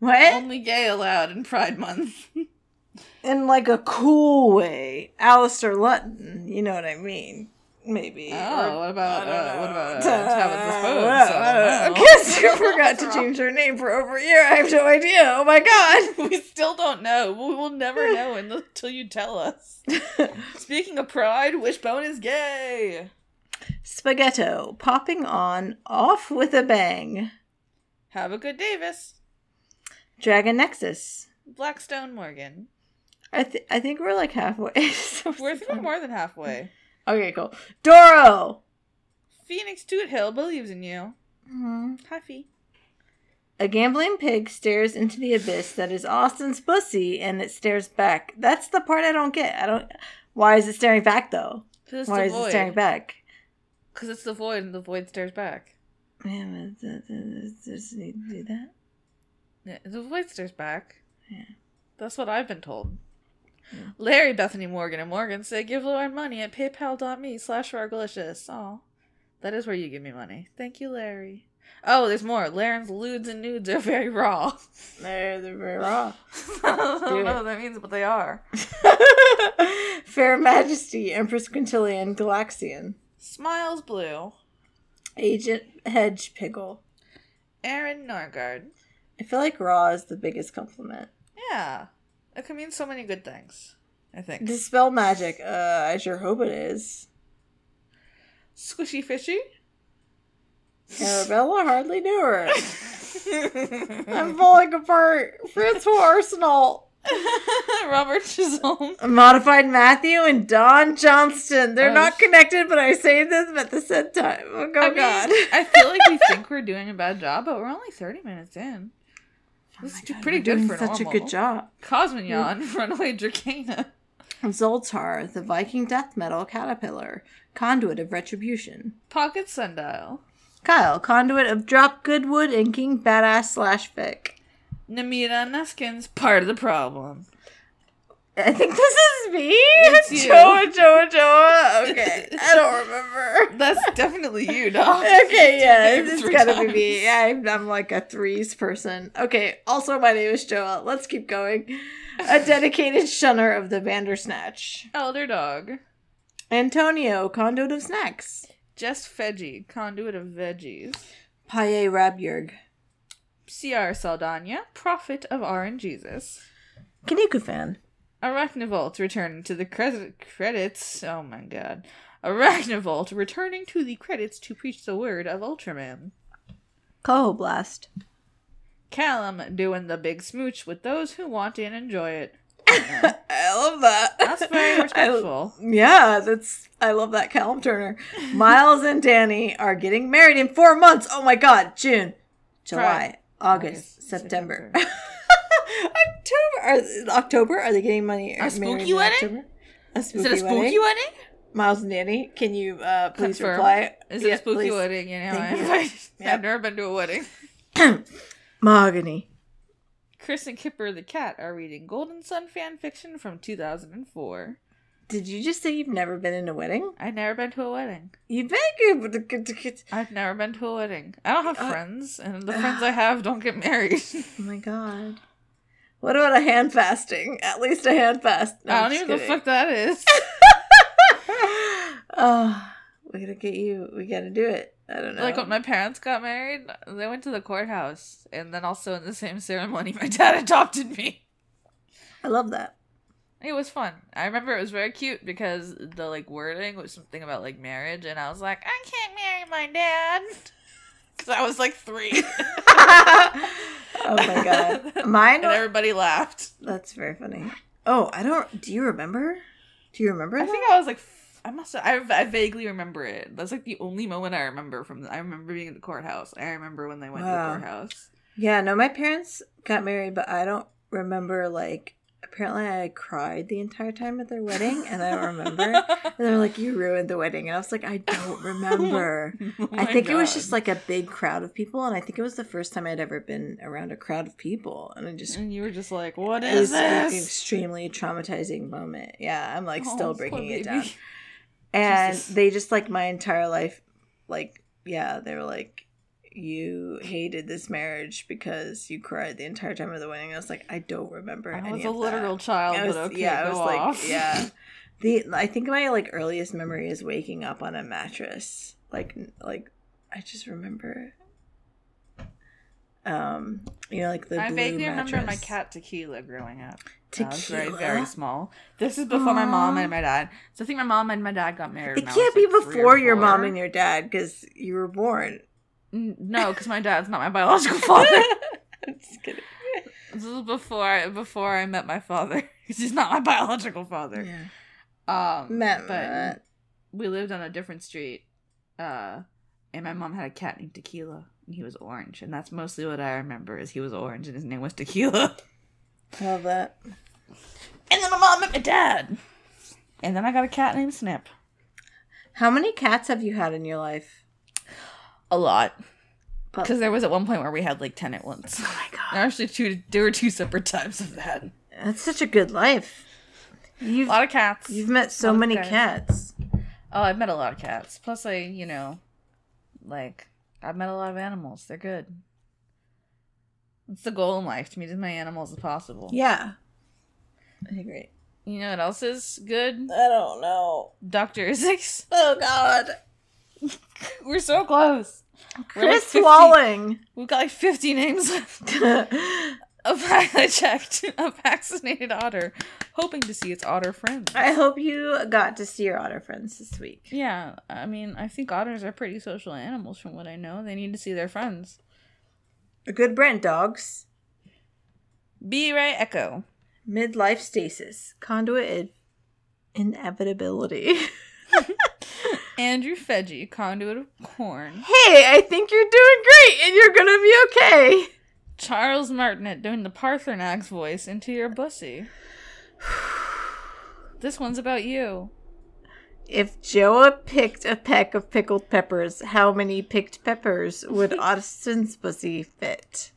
[SPEAKER 1] What?
[SPEAKER 2] only gay allowed in Pride Month.
[SPEAKER 1] In like a cool way. Alistair Lutton, you know what I mean. Maybe.
[SPEAKER 2] Oh,
[SPEAKER 1] Or-
[SPEAKER 2] what about, uh, what about,
[SPEAKER 1] *laughs*
[SPEAKER 2] uh, Tabitha Spoon? *laughs* So,
[SPEAKER 1] I *laughs*
[SPEAKER 2] no.
[SPEAKER 1] guess you forgot to change her name for over a year. I have no idea. Oh my god.
[SPEAKER 2] we still don't know. We will *laughs* never know until you tell us. Speaking of Pride, Wishbone is gay.
[SPEAKER 1] *laughs* Spaghetto popping on off with a bang.
[SPEAKER 2] Have a good Davis.
[SPEAKER 1] Dragon Nexus.
[SPEAKER 2] Blackstone Morgan.
[SPEAKER 1] I th- I think we're like halfway. *laughs* So
[SPEAKER 2] We're through more than halfway.
[SPEAKER 1] Okay, cool. Doro.
[SPEAKER 2] Phoenix Toot Hill believes in you.
[SPEAKER 1] Mhm.
[SPEAKER 2] Mm-hmm. Hi, Fee.
[SPEAKER 1] A gambling pig stares into the abyss that is Austin's pussy, and it stares back. That's the part I don't get. I don't. Why is it staring back though?
[SPEAKER 2] Because it's
[SPEAKER 1] Why is
[SPEAKER 2] the
[SPEAKER 1] it staring
[SPEAKER 2] void.
[SPEAKER 1] back?
[SPEAKER 2] Because it's the void, and the void stares back.
[SPEAKER 1] Yeah, but th- th- th- just need to do that.
[SPEAKER 2] Yeah, the voister's back.
[SPEAKER 1] Yeah.
[SPEAKER 2] That's what I've been told.
[SPEAKER 1] Yeah.
[SPEAKER 2] Larry, Bethany, Morgan, and Morgan say give Lauren money at paypal.me slash farglicious. Aw. That is where you give me money. Thank you, Larry. Oh, there's more. Lauren's lewds and nudes are very raw. *laughs*
[SPEAKER 1] They're, they're very raw.
[SPEAKER 2] I don't
[SPEAKER 1] Dude.
[SPEAKER 2] know what that means, but they are.
[SPEAKER 1] *laughs* Fair Majesty, Empress Quintilian, Galaxian,
[SPEAKER 2] Smiles Blue,
[SPEAKER 1] Agent Hedge Piggle.
[SPEAKER 2] Aaron Norgard.
[SPEAKER 1] I feel like raw is the biggest compliment.
[SPEAKER 2] Yeah. It can mean so many good things, I think.
[SPEAKER 1] Dispel magic. Uh, I sure hope it is.
[SPEAKER 2] Squishy Fishy?
[SPEAKER 1] Arabella hardly knew her. I'm falling apart. Francois Arsenal.
[SPEAKER 2] *laughs* Robert Chisholm.
[SPEAKER 1] Modified Matthew and Don Johnston. They're
[SPEAKER 2] Oh,
[SPEAKER 1] not
[SPEAKER 2] sh-
[SPEAKER 1] connected, but I saved them at the same time. Oh,
[SPEAKER 2] I
[SPEAKER 1] God.
[SPEAKER 2] mean, *laughs* I feel like we think we're doing a bad job, but we're only 30 minutes in.
[SPEAKER 1] Oh
[SPEAKER 2] This is pretty good for
[SPEAKER 1] such
[SPEAKER 2] normal.
[SPEAKER 1] a good job.
[SPEAKER 2] Cosmignon, *laughs* Runaway Dracana.
[SPEAKER 1] Zoltar, the Viking death metal caterpillar, conduit of retribution.
[SPEAKER 2] Pocket Sundial.
[SPEAKER 1] Kyle, conduit of drop goodwood and King Badass slash Vic.
[SPEAKER 2] Namira Neskins, part of the problem.
[SPEAKER 1] I think this is me.
[SPEAKER 2] It's you.
[SPEAKER 1] Joa, Joa, Joa. Okay, I *laughs* don't remember.
[SPEAKER 2] That's definitely you,
[SPEAKER 1] Oh,
[SPEAKER 2] dog.
[SPEAKER 1] Okay, yeah,
[SPEAKER 2] You've
[SPEAKER 1] it's
[SPEAKER 2] three
[SPEAKER 1] gotta be
[SPEAKER 2] times.
[SPEAKER 1] me. I'm, I'm like a threes person. Okay, also my name is Joa. Let's keep going. *laughs* A dedicated shunner of the Bandersnatch.
[SPEAKER 2] Elder Dog.
[SPEAKER 1] Antonio, conduit of snacks.
[SPEAKER 2] Just Veggie, Conduit of Veggies.
[SPEAKER 1] Paye Rabyurg.
[SPEAKER 2] C.R. Saldana, Prophet of R and Jesus.
[SPEAKER 1] Kanuku fan.
[SPEAKER 2] Arachnivolt returning to the cre- credits. Oh my god. Arachnivolt returning to the credits to preach the word of Ultraman.
[SPEAKER 1] Coho Blast.
[SPEAKER 2] Callum doing the big smooch with those who want to and
[SPEAKER 1] *laughs*
[SPEAKER 2] enjoy it.
[SPEAKER 1] I love that.
[SPEAKER 2] That's
[SPEAKER 1] *laughs*
[SPEAKER 2] very respectful.
[SPEAKER 1] Yeah, that's I love that Callum
[SPEAKER 2] *laughs*
[SPEAKER 1] Turner. Miles and Danny are getting married in four months. Oh my god, June, July,
[SPEAKER 2] Right.
[SPEAKER 1] August,
[SPEAKER 2] August,
[SPEAKER 1] September. *laughs* October are, October? Are they getting money?
[SPEAKER 2] A spooky
[SPEAKER 1] married in
[SPEAKER 2] wedding?
[SPEAKER 1] October? A spooky
[SPEAKER 2] Is it a spooky
[SPEAKER 1] wedding?
[SPEAKER 2] wedding?
[SPEAKER 1] Miles and Danny, can you uh, please
[SPEAKER 2] Confirm.
[SPEAKER 1] reply?
[SPEAKER 2] Is it
[SPEAKER 1] Yeah,
[SPEAKER 2] a spooky
[SPEAKER 1] please.
[SPEAKER 2] wedding? You know,
[SPEAKER 1] Thank *laughs* you.
[SPEAKER 2] I've,
[SPEAKER 1] Yep.
[SPEAKER 2] I've never *laughs* been to a wedding.
[SPEAKER 1] *clears throat* Mahogany.
[SPEAKER 2] Chris and Kipper the cat are reading Golden Sun fan fiction from 2004.
[SPEAKER 1] Did you just say you've never been in a wedding?
[SPEAKER 2] I've never been to a wedding.
[SPEAKER 1] You've been.
[SPEAKER 2] I've never been to a wedding. I don't have
[SPEAKER 1] Uh,
[SPEAKER 2] friends,
[SPEAKER 1] *sighs*
[SPEAKER 2] and the friends I have don't get married.
[SPEAKER 1] Oh my god. What about a hand fasting? At least a hand fast. No,
[SPEAKER 2] *laughs* I
[SPEAKER 1] I'm
[SPEAKER 2] don't
[SPEAKER 1] just
[SPEAKER 2] even know
[SPEAKER 1] kidding.
[SPEAKER 2] the fuck
[SPEAKER 1] *laughs*
[SPEAKER 2] that is.
[SPEAKER 1] oh, we gotta get you. We gotta do it. I don't know.
[SPEAKER 2] Like when my parents got married, they went to the courthouse, and then also in the same ceremony, my dad *laughs* adopted me.
[SPEAKER 1] I love
[SPEAKER 2] *laughs*
[SPEAKER 1] that.
[SPEAKER 2] It was fun. I remember it was very cute because the like wording was something about like marriage, and I was like, I can't marry my dad *laughs* because I was
[SPEAKER 1] *laughs*
[SPEAKER 2] like three.
[SPEAKER 1] oh my god,
[SPEAKER 2] *laughs*
[SPEAKER 1] mine.
[SPEAKER 2] and
[SPEAKER 1] wa-
[SPEAKER 2] everybody laughed.
[SPEAKER 1] That's very funny. Oh, I don't. Do you remember? Do you remember?
[SPEAKER 2] I
[SPEAKER 1] that?
[SPEAKER 2] think I was like, f- I must. I I vaguely remember it. That's like the only moment I remember from. The, I remember being at the courthouse. I remember when they went
[SPEAKER 1] Wow.
[SPEAKER 2] to the courthouse.
[SPEAKER 1] yeah. No, my parents got married, but I don't remember. Like, apparently, I cried the entire time at their wedding, and I don't remember. and
[SPEAKER 2] *laughs*
[SPEAKER 1] they were like, "You ruined the wedding," and I was like, "I don't remember."
[SPEAKER 2] Oh
[SPEAKER 1] I
[SPEAKER 2] my
[SPEAKER 1] think it was
[SPEAKER 2] God.
[SPEAKER 1] just like a big crowd of people, and I think it was the first time I'd ever been around a crowd of people, and I just
[SPEAKER 2] And you were just like, what
[SPEAKER 1] it was
[SPEAKER 2] is
[SPEAKER 1] an
[SPEAKER 2] this?
[SPEAKER 1] extremely traumatizing moment. Yeah, I'm like
[SPEAKER 2] Oh,
[SPEAKER 1] still
[SPEAKER 2] poor
[SPEAKER 1] breaking
[SPEAKER 2] baby.
[SPEAKER 1] it
[SPEAKER 2] *laughs*
[SPEAKER 1] down, and
[SPEAKER 2] Jesus.
[SPEAKER 1] they just like my entire life, like yeah, they were like, you hated this marriage because you cried the entire time of the wedding. I was like, I don't remember.
[SPEAKER 2] I
[SPEAKER 1] any
[SPEAKER 2] was a
[SPEAKER 1] of that."
[SPEAKER 2] literal child,
[SPEAKER 1] I was,
[SPEAKER 2] but okay,
[SPEAKER 1] yeah, I
[SPEAKER 2] go
[SPEAKER 1] was
[SPEAKER 2] off.
[SPEAKER 1] like,
[SPEAKER 2] *laughs*
[SPEAKER 1] yeah. The I think my like earliest memory is waking up on a mattress. Like like I just remember. Um, you know, like the
[SPEAKER 2] I
[SPEAKER 1] blue
[SPEAKER 2] vaguely
[SPEAKER 1] mattress.
[SPEAKER 2] remember my cat Tequila growing up. I was very,
[SPEAKER 1] Tequila?
[SPEAKER 2] very small. This is before my mom
[SPEAKER 1] Aw.
[SPEAKER 2] and my dad. So I think my mom and my dad got married.
[SPEAKER 1] It
[SPEAKER 2] when I
[SPEAKER 1] can't
[SPEAKER 2] was,
[SPEAKER 1] be
[SPEAKER 2] like, three or
[SPEAKER 1] before your mom
[SPEAKER 2] four.
[SPEAKER 1] and your dad because you were born.
[SPEAKER 2] N- No, because my dad's not my biological *laughs* father.
[SPEAKER 1] *laughs* I'm just kidding.
[SPEAKER 2] this was before before I met my father. *laughs* He's not my biological father.
[SPEAKER 1] Yeah.
[SPEAKER 2] Um,
[SPEAKER 1] Matt,
[SPEAKER 2] but we lived on a different street, uh, and my mom had a cat named Tequila, and he was orange, and that's mostly what I remember is he was orange and his name was Tequila. *laughs*
[SPEAKER 1] love that.
[SPEAKER 2] And then my mom met my dad, and then I got a cat named Snip.
[SPEAKER 1] How many cats have you had in your life?
[SPEAKER 2] A lot.
[SPEAKER 1] But
[SPEAKER 2] Because there was at one point where we had like ten at once.
[SPEAKER 1] oh my god,
[SPEAKER 2] There were actually two. There were two separate times of that.
[SPEAKER 1] that's such a good life.
[SPEAKER 2] A
[SPEAKER 1] You've
[SPEAKER 2] lot of cats.
[SPEAKER 1] you've met so
[SPEAKER 2] lot of
[SPEAKER 1] many
[SPEAKER 2] guys.
[SPEAKER 1] cats.
[SPEAKER 2] Oh, I've met a lot of cats. Plus, I you know, like I've met a lot of animals. They're good. It's the goal in life to meet as many animals as possible.
[SPEAKER 1] Yeah, I agree.
[SPEAKER 2] You know what else is good?
[SPEAKER 1] I don't know.
[SPEAKER 2] Doctor Isaacs.
[SPEAKER 1] Oh god,
[SPEAKER 2] *laughs* We're so close.
[SPEAKER 1] *laughs*
[SPEAKER 2] We're like
[SPEAKER 1] Chris
[SPEAKER 2] 50
[SPEAKER 1] Walling.
[SPEAKER 2] We've got like fifty names left.
[SPEAKER 1] *laughs*
[SPEAKER 2] *laughs*
[SPEAKER 1] I
[SPEAKER 2] A vac- I checked a vaccinated otter, hoping to see its otter friends.
[SPEAKER 1] hope you got to see your otter friends this week.
[SPEAKER 2] Yeah, I mean, I think otters are pretty social animals from what I know. They need to see their friends.
[SPEAKER 1] A good brand dogs.
[SPEAKER 2] B. Ray Echo.
[SPEAKER 1] Midlife stasis. Conduit in- inevitability. *laughs*
[SPEAKER 2] Andrew Fedgy, conduit of corn.
[SPEAKER 1] hey, I think you're doing great and you're gonna be okay.
[SPEAKER 2] Charles Martinet doing the Parthenax voice into your bussy. This one's about you.
[SPEAKER 1] If Joa picked a peck of pickled peppers, how many picked peppers would Austin's pussy fit?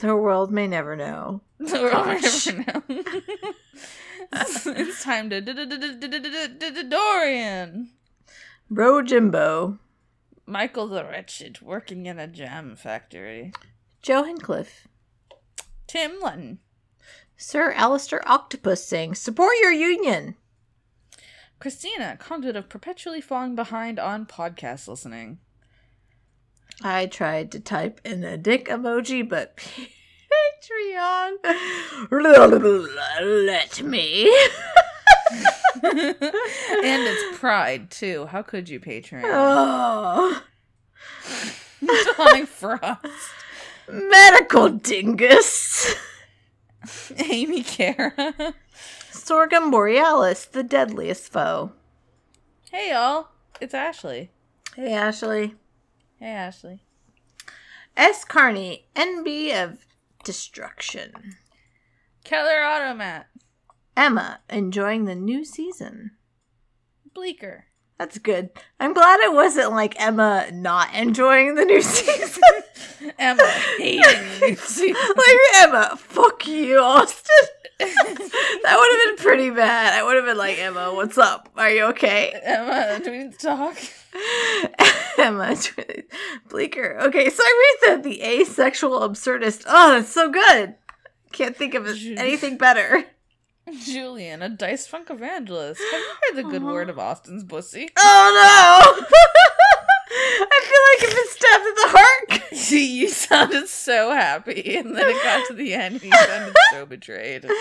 [SPEAKER 1] The world may never know.
[SPEAKER 2] We're all right
[SPEAKER 1] Gosh.
[SPEAKER 2] over now. it's, it's time to d- d- d- d- d- d- d- d- d- Dorian.
[SPEAKER 1] Bro Jimbo,
[SPEAKER 2] Michael the Wretched working in a jam factory.
[SPEAKER 1] Joe Hincliffe,
[SPEAKER 2] Tim Lutton.
[SPEAKER 1] Sir Alistair Octopus saying, Support your union!
[SPEAKER 2] Christina, conduit of perpetually falling behind on podcast listening.
[SPEAKER 1] I tried to type in a dick emoji, but *laughs* Patreon. *laughs* Let me.
[SPEAKER 2] and it's pride too. How could you, Patreon?
[SPEAKER 1] Oh,
[SPEAKER 2] Dawning Frost,
[SPEAKER 1] medical dingus.
[SPEAKER 2] Amy Cara.
[SPEAKER 1] Sorghum borealis, the deadliest foe.
[SPEAKER 2] hey y'all, it's Ashley.
[SPEAKER 1] Hey, Ashley.
[SPEAKER 2] Hey Ashley.
[SPEAKER 1] S. Carney, envy of destruction.
[SPEAKER 2] Keller Automat,
[SPEAKER 1] Emma, enjoying the new season.
[SPEAKER 2] Bleaker.
[SPEAKER 1] That's good. I'm glad it wasn't like Emma not enjoying the new *laughs* season.
[SPEAKER 2] *laughs* Emma hating you.
[SPEAKER 1] like Emma, fuck you, *laughs* Austin. that would have been pretty bad. I would have been like, Emma, what's up? Are you okay?
[SPEAKER 2] *laughs* Emma, do we need to talk?
[SPEAKER 1] *laughs*
[SPEAKER 2] *laughs*
[SPEAKER 1] Emma, Bleaker. Okay, so I read that the asexual absurdist. Oh, that's so good. Can't think of anything better.
[SPEAKER 2] Julian, a dice funk evangelist. Have you heard the good
[SPEAKER 1] Aw.
[SPEAKER 2] word of Austin's pussy? *laughs*
[SPEAKER 1] Oh no! *laughs* I feel like I've been stabbed at the heart.
[SPEAKER 2] you sounded so happy, and then it got to the end, and you sounded
[SPEAKER 1] *laughs*
[SPEAKER 2] so betrayed.
[SPEAKER 1] *laughs*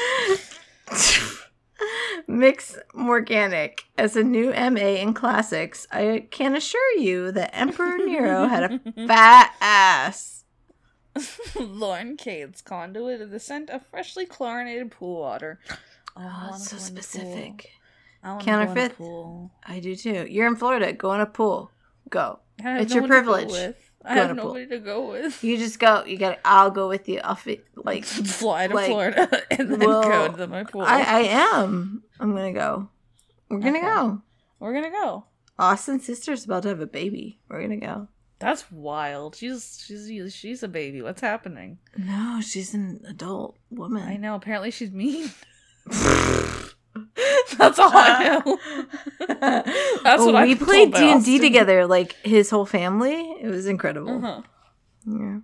[SPEAKER 1] Mix Morganic. As a new MA in classics, I can assure you that Emperor Nero *laughs* had a fat ass.
[SPEAKER 2] *laughs* Lauren Cade's conduit of the scent of freshly chlorinated pool water. Oh, I
[SPEAKER 1] Oh,
[SPEAKER 2] wanna
[SPEAKER 1] that's so
[SPEAKER 2] go in the
[SPEAKER 1] specific.
[SPEAKER 2] pool. I wanna Go in the
[SPEAKER 1] Counterfeit?
[SPEAKER 2] pool.
[SPEAKER 1] I do too. You're in Florida. Go in a pool. Go.
[SPEAKER 2] I have
[SPEAKER 1] It's
[SPEAKER 2] no
[SPEAKER 1] your
[SPEAKER 2] one to go
[SPEAKER 1] privilege.
[SPEAKER 2] with.
[SPEAKER 1] Go
[SPEAKER 2] I
[SPEAKER 1] in
[SPEAKER 2] have
[SPEAKER 1] a pool.
[SPEAKER 2] nobody to go with.
[SPEAKER 1] You just go. You got. I'll go with you. I'll fi-
[SPEAKER 2] *laughs*
[SPEAKER 1] like.
[SPEAKER 2] Fly to
[SPEAKER 1] Like,
[SPEAKER 2] Florida *laughs* and then go
[SPEAKER 1] well,
[SPEAKER 2] to my pool.
[SPEAKER 1] I, I am. I'm gonna go. We're gonna
[SPEAKER 2] Okay.
[SPEAKER 1] go.
[SPEAKER 2] We're gonna go.
[SPEAKER 1] Austin's sister's about to have a baby. We're gonna go.
[SPEAKER 2] That's wild. She's she's she's a baby. What's happening?
[SPEAKER 1] No, she's an adult woman.
[SPEAKER 2] I know. Apparently she's mean. *laughs* That's all I know.
[SPEAKER 1] *laughs*
[SPEAKER 2] That's what I
[SPEAKER 1] Uh, we
[SPEAKER 2] was
[SPEAKER 1] played
[SPEAKER 2] told by
[SPEAKER 1] D and D
[SPEAKER 2] Austin.
[SPEAKER 1] together, like his whole family. It was *laughs* incredible.
[SPEAKER 2] Uh-huh.
[SPEAKER 1] Yeah.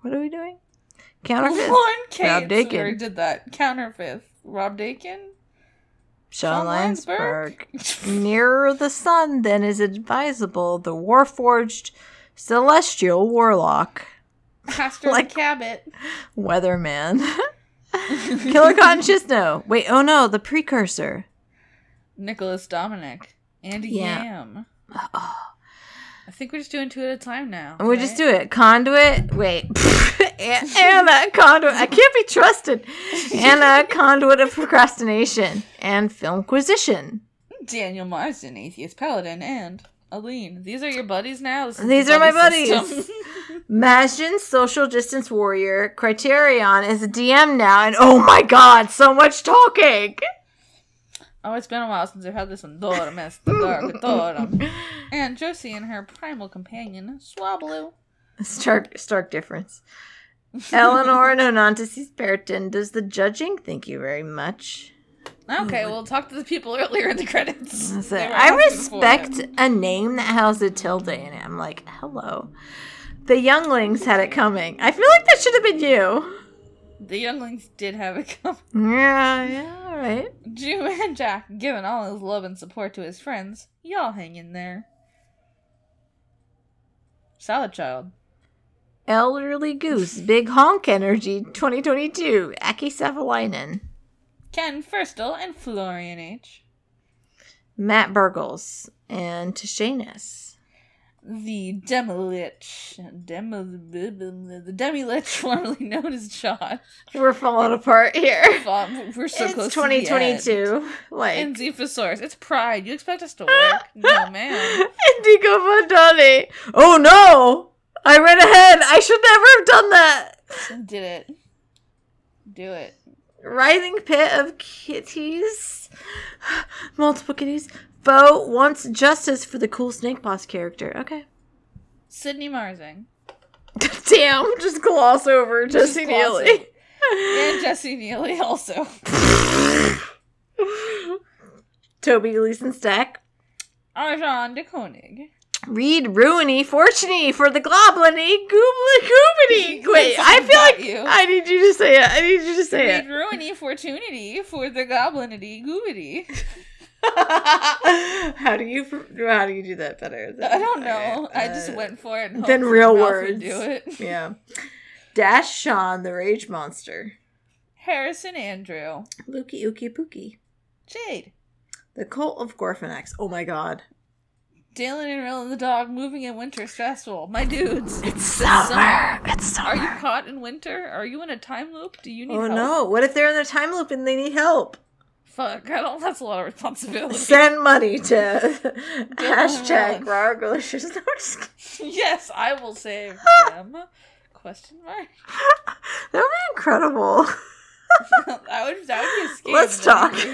[SPEAKER 1] What are we doing?
[SPEAKER 2] *laughs*
[SPEAKER 1] Counterfeit.
[SPEAKER 2] Lauren Cade.
[SPEAKER 1] Rob
[SPEAKER 2] so
[SPEAKER 1] Dakin.
[SPEAKER 2] we already did that. Counterfeit. Rob Dakin.
[SPEAKER 1] Sean
[SPEAKER 2] Sean
[SPEAKER 1] Landsberg.
[SPEAKER 2] Landsberg?
[SPEAKER 1] *laughs*
[SPEAKER 2] *laughs*
[SPEAKER 1] Nearer the sun than is advisable, the warforged celestial warlock,
[SPEAKER 2] Pastor
[SPEAKER 1] Like-
[SPEAKER 2] Cabot.
[SPEAKER 1] weatherman, *laughs*
[SPEAKER 2] *laughs*
[SPEAKER 1] killer Cotton Chisno. Wait, oh no, the precursor.
[SPEAKER 2] Nicholas Dominic. Andy
[SPEAKER 1] Yeah.
[SPEAKER 2] Yam.
[SPEAKER 1] Oh.
[SPEAKER 2] I think we're just doing two at a time now.
[SPEAKER 1] And we just do it. Conduit. Wait. *laughs* A- Anna Conduit. I can't be
[SPEAKER 2] *laughs*
[SPEAKER 1] trusted. Anna Conduit of Procrastination and Filmquisition.
[SPEAKER 2] Daniel Marsden, Atheist Paladin, and Aline. These are your buddies now? This is
[SPEAKER 1] These
[SPEAKER 2] the
[SPEAKER 1] are my
[SPEAKER 2] buddy
[SPEAKER 1] buddies.
[SPEAKER 2] system. *laughs*
[SPEAKER 1] Majin Social Distance Warrior. Criterion is a DM now. And oh my god, so much talking.
[SPEAKER 2] Oh, it's been a while since I've had this one. Dora Mesta
[SPEAKER 1] *laughs*
[SPEAKER 2] Dark Dora. *laughs* And Josie and her primal companion, Swablu.
[SPEAKER 1] *laughs* Stark, stark difference. Eleanor and Onontisis Pertin, does the judging thank you very much?
[SPEAKER 2] Okay, well, talk to the people earlier in the credits.
[SPEAKER 1] I said,
[SPEAKER 2] They were
[SPEAKER 1] I
[SPEAKER 2] asking for
[SPEAKER 1] respect
[SPEAKER 2] it.
[SPEAKER 1] a name that has a tilde in it. I'm like, hello. The younglings had it coming. I feel like that should have been you.
[SPEAKER 2] The younglings did have it *laughs* coming.
[SPEAKER 1] Yeah, yeah, all right.
[SPEAKER 2] Jew and Jack, giving all his love and support to his friends, y'all hang in there. Salad Child.
[SPEAKER 1] Elderly Goose, Big Honk Energy 2022, Aki Savalainen.
[SPEAKER 2] Ken Furstel and Florian H.
[SPEAKER 1] Matt Burgles, and Tashanus.
[SPEAKER 2] The Demilich. Demo, *laughs* the Demilich, formerly known as Josh.
[SPEAKER 1] We're falling apart here.
[SPEAKER 2] Um, We're so
[SPEAKER 1] it's
[SPEAKER 2] close to the end.
[SPEAKER 1] 2022. Like
[SPEAKER 2] And Zephysaurus. It's pride. You expect
[SPEAKER 1] *laughs*
[SPEAKER 2] us to work? no, man.
[SPEAKER 1] Indigo Vandani. Oh no! I ran ahead. I should never have done that.
[SPEAKER 2] Did it. Do it.
[SPEAKER 1] Rising pit of kitties. *sighs* Multiple kitties. Bo wants justice for the cool snake boss character. Okay. *laughs*
[SPEAKER 2] Sydney Marsing.
[SPEAKER 1] Damn, just gloss over Jesse
[SPEAKER 2] gloss
[SPEAKER 1] Neely.
[SPEAKER 2] And Jesse Neely also.
[SPEAKER 1] *laughs* Toby Gleason Stack.
[SPEAKER 2] Arjan de Koenig.
[SPEAKER 1] Read Ruiny Fortuny for the Globliny
[SPEAKER 2] *laughs*
[SPEAKER 1] Goobly Goobity. Wait, I feel
[SPEAKER 2] Got
[SPEAKER 1] like
[SPEAKER 2] you.
[SPEAKER 1] *laughs* I need you to say it. I need you to say
[SPEAKER 2] We'd
[SPEAKER 1] it.
[SPEAKER 2] ruin e fortunity for the goblinity goobity.
[SPEAKER 1] *laughs* how do you how do you do that better? than-
[SPEAKER 2] I don't know.
[SPEAKER 1] *laughs* okay,
[SPEAKER 2] I just
[SPEAKER 1] uh,
[SPEAKER 2] went for it. And
[SPEAKER 1] then
[SPEAKER 2] hoped
[SPEAKER 1] real
[SPEAKER 2] my mouth would
[SPEAKER 1] words.
[SPEAKER 2] Do it.
[SPEAKER 1] Yeah. Dash Sean, the rage monster.
[SPEAKER 2] Harrison Andrew.
[SPEAKER 1] Looky Ookie Pookie.
[SPEAKER 2] Jade.
[SPEAKER 1] The cult of Gorfanax. Oh my god.
[SPEAKER 2] Dylan and Rill and the dog moving in winter stressful. My dudes.
[SPEAKER 1] It's
[SPEAKER 2] summer.
[SPEAKER 1] It's
[SPEAKER 2] Are you caught in winter? Are you in a time loop? Do you need
[SPEAKER 1] Oh
[SPEAKER 2] help?
[SPEAKER 1] no. What if they're in their time loop and they need help?
[SPEAKER 2] Fuck, I don't that's a lot of responsibility.
[SPEAKER 1] Send money *laughs* to
[SPEAKER 2] Dylan.
[SPEAKER 1] hashtag Rar Glicious. *laughs* No, I'm just kidding.
[SPEAKER 2] *laughs* yes, I
[SPEAKER 1] *laughs*
[SPEAKER 2] will save them. Question mark. *laughs*
[SPEAKER 1] That would be incredible.
[SPEAKER 2] that would that would be a scam.
[SPEAKER 1] Let's
[SPEAKER 2] that'd be
[SPEAKER 1] talk.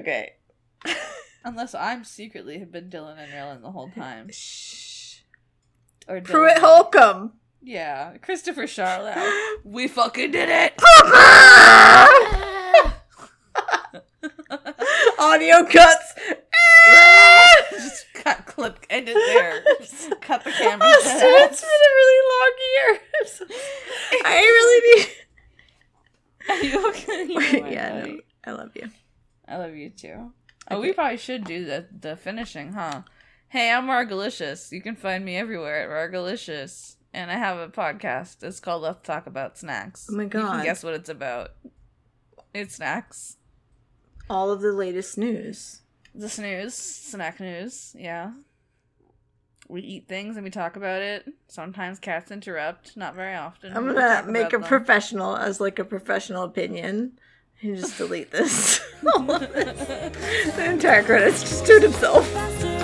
[SPEAKER 1] *laughs* okay.
[SPEAKER 2] Unless I'm secretly have been Dylan and Rylan the whole time.
[SPEAKER 1] Shh.
[SPEAKER 2] Or
[SPEAKER 1] *laughs*
[SPEAKER 2] Dylan.
[SPEAKER 1] Pruitt Holcomb.
[SPEAKER 2] Yeah, Christopher Charlotte. we fucking did
[SPEAKER 1] *laughs*
[SPEAKER 2] it.
[SPEAKER 1] Audio cuts.
[SPEAKER 2] *laughs* Just cut clip end
[SPEAKER 1] *laughs*
[SPEAKER 2] it there. cut the camera.
[SPEAKER 1] Oh, so it's been a really long year. I'm so- I really *laughs* need.
[SPEAKER 2] *laughs* Are you
[SPEAKER 1] *laughs*
[SPEAKER 2] okay? You know what,
[SPEAKER 1] yeah, no,
[SPEAKER 2] buddy?
[SPEAKER 1] I love you.
[SPEAKER 2] I love you too. Oh,
[SPEAKER 1] Okay.
[SPEAKER 2] we probably should do the the finishing, huh? Hey, I'm Margalicious. You can find me everywhere at Margalicious. And I have a podcast. It's called Let's Talk About Snacks.
[SPEAKER 1] Oh my
[SPEAKER 2] You
[SPEAKER 1] God.
[SPEAKER 2] can guess what it's about. It's snacks.
[SPEAKER 1] All of the latest news.
[SPEAKER 2] The snooze. Snack news. Yeah. We eat things and we talk about it. Sometimes cats interrupt. Not very often.
[SPEAKER 1] I'm
[SPEAKER 2] We
[SPEAKER 1] gonna
[SPEAKER 2] talk
[SPEAKER 1] make a
[SPEAKER 2] about them.
[SPEAKER 1] professional as like a professional opinion, *laughs* and just delete this. the entire credits just to himself.
[SPEAKER 3] faster